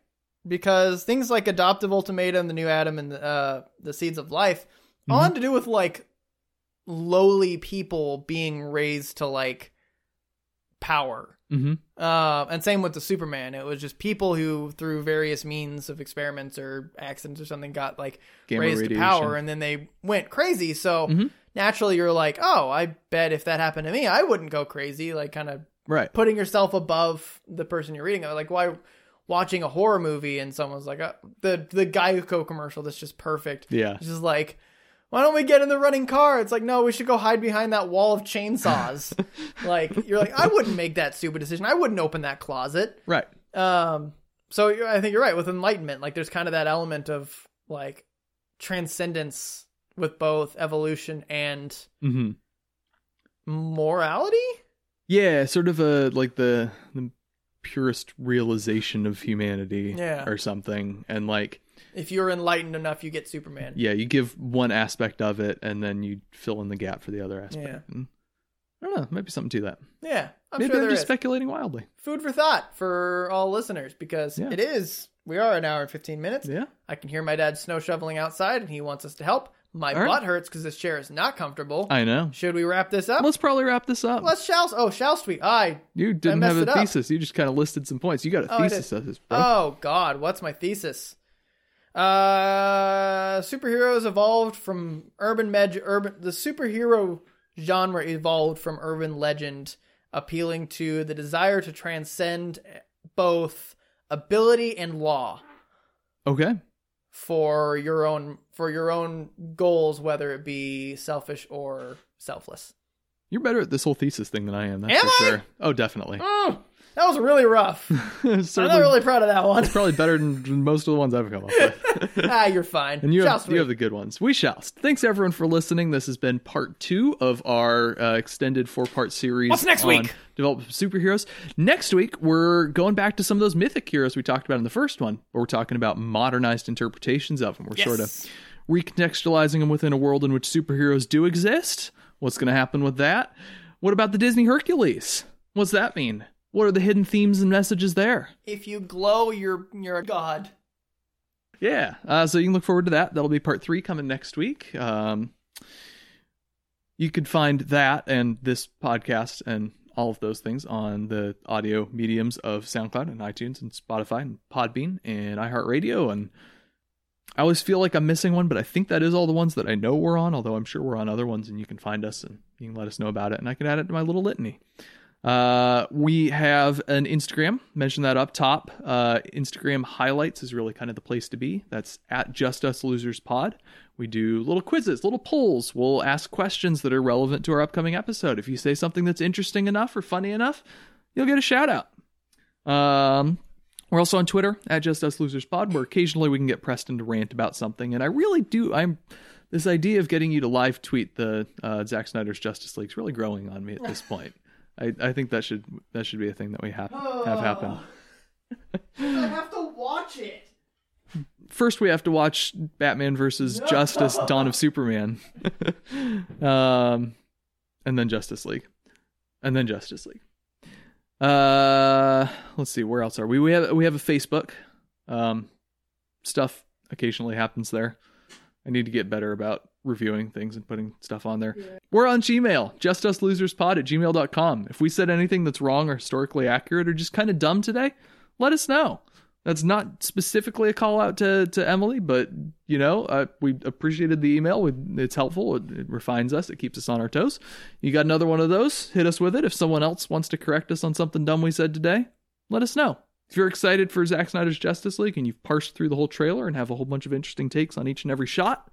Speaker 1: because things like adoptive ultimatum, the new Adam, and uh, the seeds of life all
Speaker 2: Mhm.
Speaker 1: had to do with like lowly people being raised to like power.
Speaker 2: mm-hmm.
Speaker 1: Uh, and same with the Superman. It was just people who, through various means of experiments or accidents or something, got like
Speaker 2: gamma
Speaker 1: raised
Speaker 2: radiation.
Speaker 1: to power, and then they went crazy. So
Speaker 2: Mhm.
Speaker 1: naturally, you're like, oh, I bet if that happened to me, I wouldn't go crazy. Like kind of
Speaker 2: Right.
Speaker 1: putting yourself above the person you're reading. Like why watching a horror movie and someone's like uh, the the Geico commercial that's just perfect.
Speaker 2: Yeah.
Speaker 1: It's just like, why don't we get in the running car? It's like, no, we should go hide behind that wall of chainsaws. like, you're like, I wouldn't make that stupid decision. I wouldn't open that closet.
Speaker 2: Right.
Speaker 1: Um, so you're- I think you're right with enlightenment. Like, there's kind of that element of like transcendence with both evolution and
Speaker 2: Mm-hmm.
Speaker 1: morality.
Speaker 2: Yeah, sort of a like the the purest realization of humanity
Speaker 1: Yeah.
Speaker 2: or something. And like
Speaker 1: If you're enlightened enough, you get Superman.
Speaker 2: yeah, you give one aspect of it and then you fill in the gap for the other aspect.
Speaker 1: Yeah.
Speaker 2: And I don't know, there might be something to that.
Speaker 1: Yeah, I'm
Speaker 2: Maybe
Speaker 1: sure
Speaker 2: I'm
Speaker 1: there
Speaker 2: just
Speaker 1: is.
Speaker 2: speculating wildly.
Speaker 1: Food for thought for all listeners because
Speaker 2: Yeah.
Speaker 1: it is. We are an hour and 15 minutes.
Speaker 2: Yeah.
Speaker 1: I can hear my dad snow shoveling outside and he wants us to help. My
Speaker 2: All right.
Speaker 1: butt hurts because this chair is not comfortable.
Speaker 2: I know.
Speaker 1: Should we wrap this up? Let's,
Speaker 2: Let's probably wrap this up.
Speaker 1: shouse. Oh, shouse we? I.
Speaker 2: you didn't
Speaker 1: messed
Speaker 2: have
Speaker 1: it
Speaker 2: a
Speaker 1: up.
Speaker 2: thesis. You just kind of listed some points. You got a
Speaker 1: Oh, I
Speaker 2: thesis of this, bro.
Speaker 1: Oh, God. What's my thesis? Uh, superheroes evolved from urban med. Urban. The superhero genre evolved from urban legend, appealing to the desire to transcend both ability and law. Oh.
Speaker 2: Okay.
Speaker 1: for your own for your own goals, whether it be selfish or selfless.
Speaker 2: You're better at this whole thesis thing than I am, that's
Speaker 1: Am
Speaker 2: for
Speaker 1: I?
Speaker 2: sure. Oh, definitely.
Speaker 1: Mm, that was really rough. I'm not
Speaker 2: Certainly-
Speaker 1: really proud of that Mm. one.
Speaker 2: It's probably better than most of the ones I've come up with.
Speaker 1: ah, you're fine.
Speaker 2: And you
Speaker 1: Shall
Speaker 2: have, you
Speaker 1: we?
Speaker 2: have the good ones. We shall. Thanks everyone for listening. This has been part two of our uh, extended four part series.
Speaker 1: What's next
Speaker 2: on
Speaker 1: week?
Speaker 2: Development of superheroes. Next week we're going back to some of those mythic heroes we talked about in the first one. But we're talking about modernized interpretations of them. We're sort of
Speaker 1: Yes.
Speaker 2: recontextualizing them within a world in which superheroes do exist. What's going to happen with that? What about the Disney Hercules? What's that mean? What are the hidden themes and messages there?
Speaker 1: if you glow, you're you're a god.
Speaker 2: Yeah. Uh, so you can look forward to that. That'll be part three coming next week. Um, you could find that and this podcast and all of those things on the audio mediums of SoundCloud and iTunes and Spotify and Podbean and iHeartRadio. And I always feel like I'm missing one, but I think that is all the ones that I know we're on, although I'm sure we're on other ones and you can find us and you can let us know about it. And I can add it to my little litany. Uh, we have an Instagram. Mention that up top. Uh, Instagram highlights is really kind of the place to be. That's at Just Us Losers Pod. We do little quizzes, little polls. We'll ask questions that are relevant to our upcoming episode. If you say something that's interesting enough or funny enough, you'll get a shout out. Um, we're also on Twitter at Just Us Losers Pod, where occasionally we can get Preston to rant about something. And I really do. I'm this idea of getting you to live tweet the uh, Zack Snyder's Justice League is really growing on me at this point. I, I think that should that should be a thing that we have have happen.
Speaker 1: I have to watch it.
Speaker 2: First, we have to watch Batman versus Justice Dawn of Superman, um, and then Justice League, and then Justice League. Uh, let's see, where else are we? We have we have a Facebook. Um, stuff occasionally happens there. I need to get better about reviewing things and putting stuff on there. We're on Gmail, justuslosers.pod at gmail.com. If we said anything that's wrong or historically accurate or just kind of dumb today, let us know. That's not specifically a call out to, to Emily, but you know, uh, we appreciated the email. We, it's helpful. It, it refines us. It keeps us on our toes. You got another one of those? Hit us with it. If someone else wants to correct us on something dumb we said today, let us know. If you're excited for Zack Snyder's Justice League and you've parsed through the whole trailer and have a whole bunch of interesting takes on each and every shot,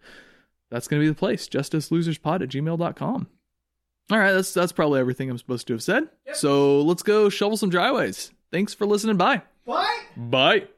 Speaker 2: that's going to be the place justiceloserspod at gmail.com all right that's that's probably everything i'm supposed to have said so let's go shovel some dryways thanks for listening bye
Speaker 1: What?
Speaker 2: bye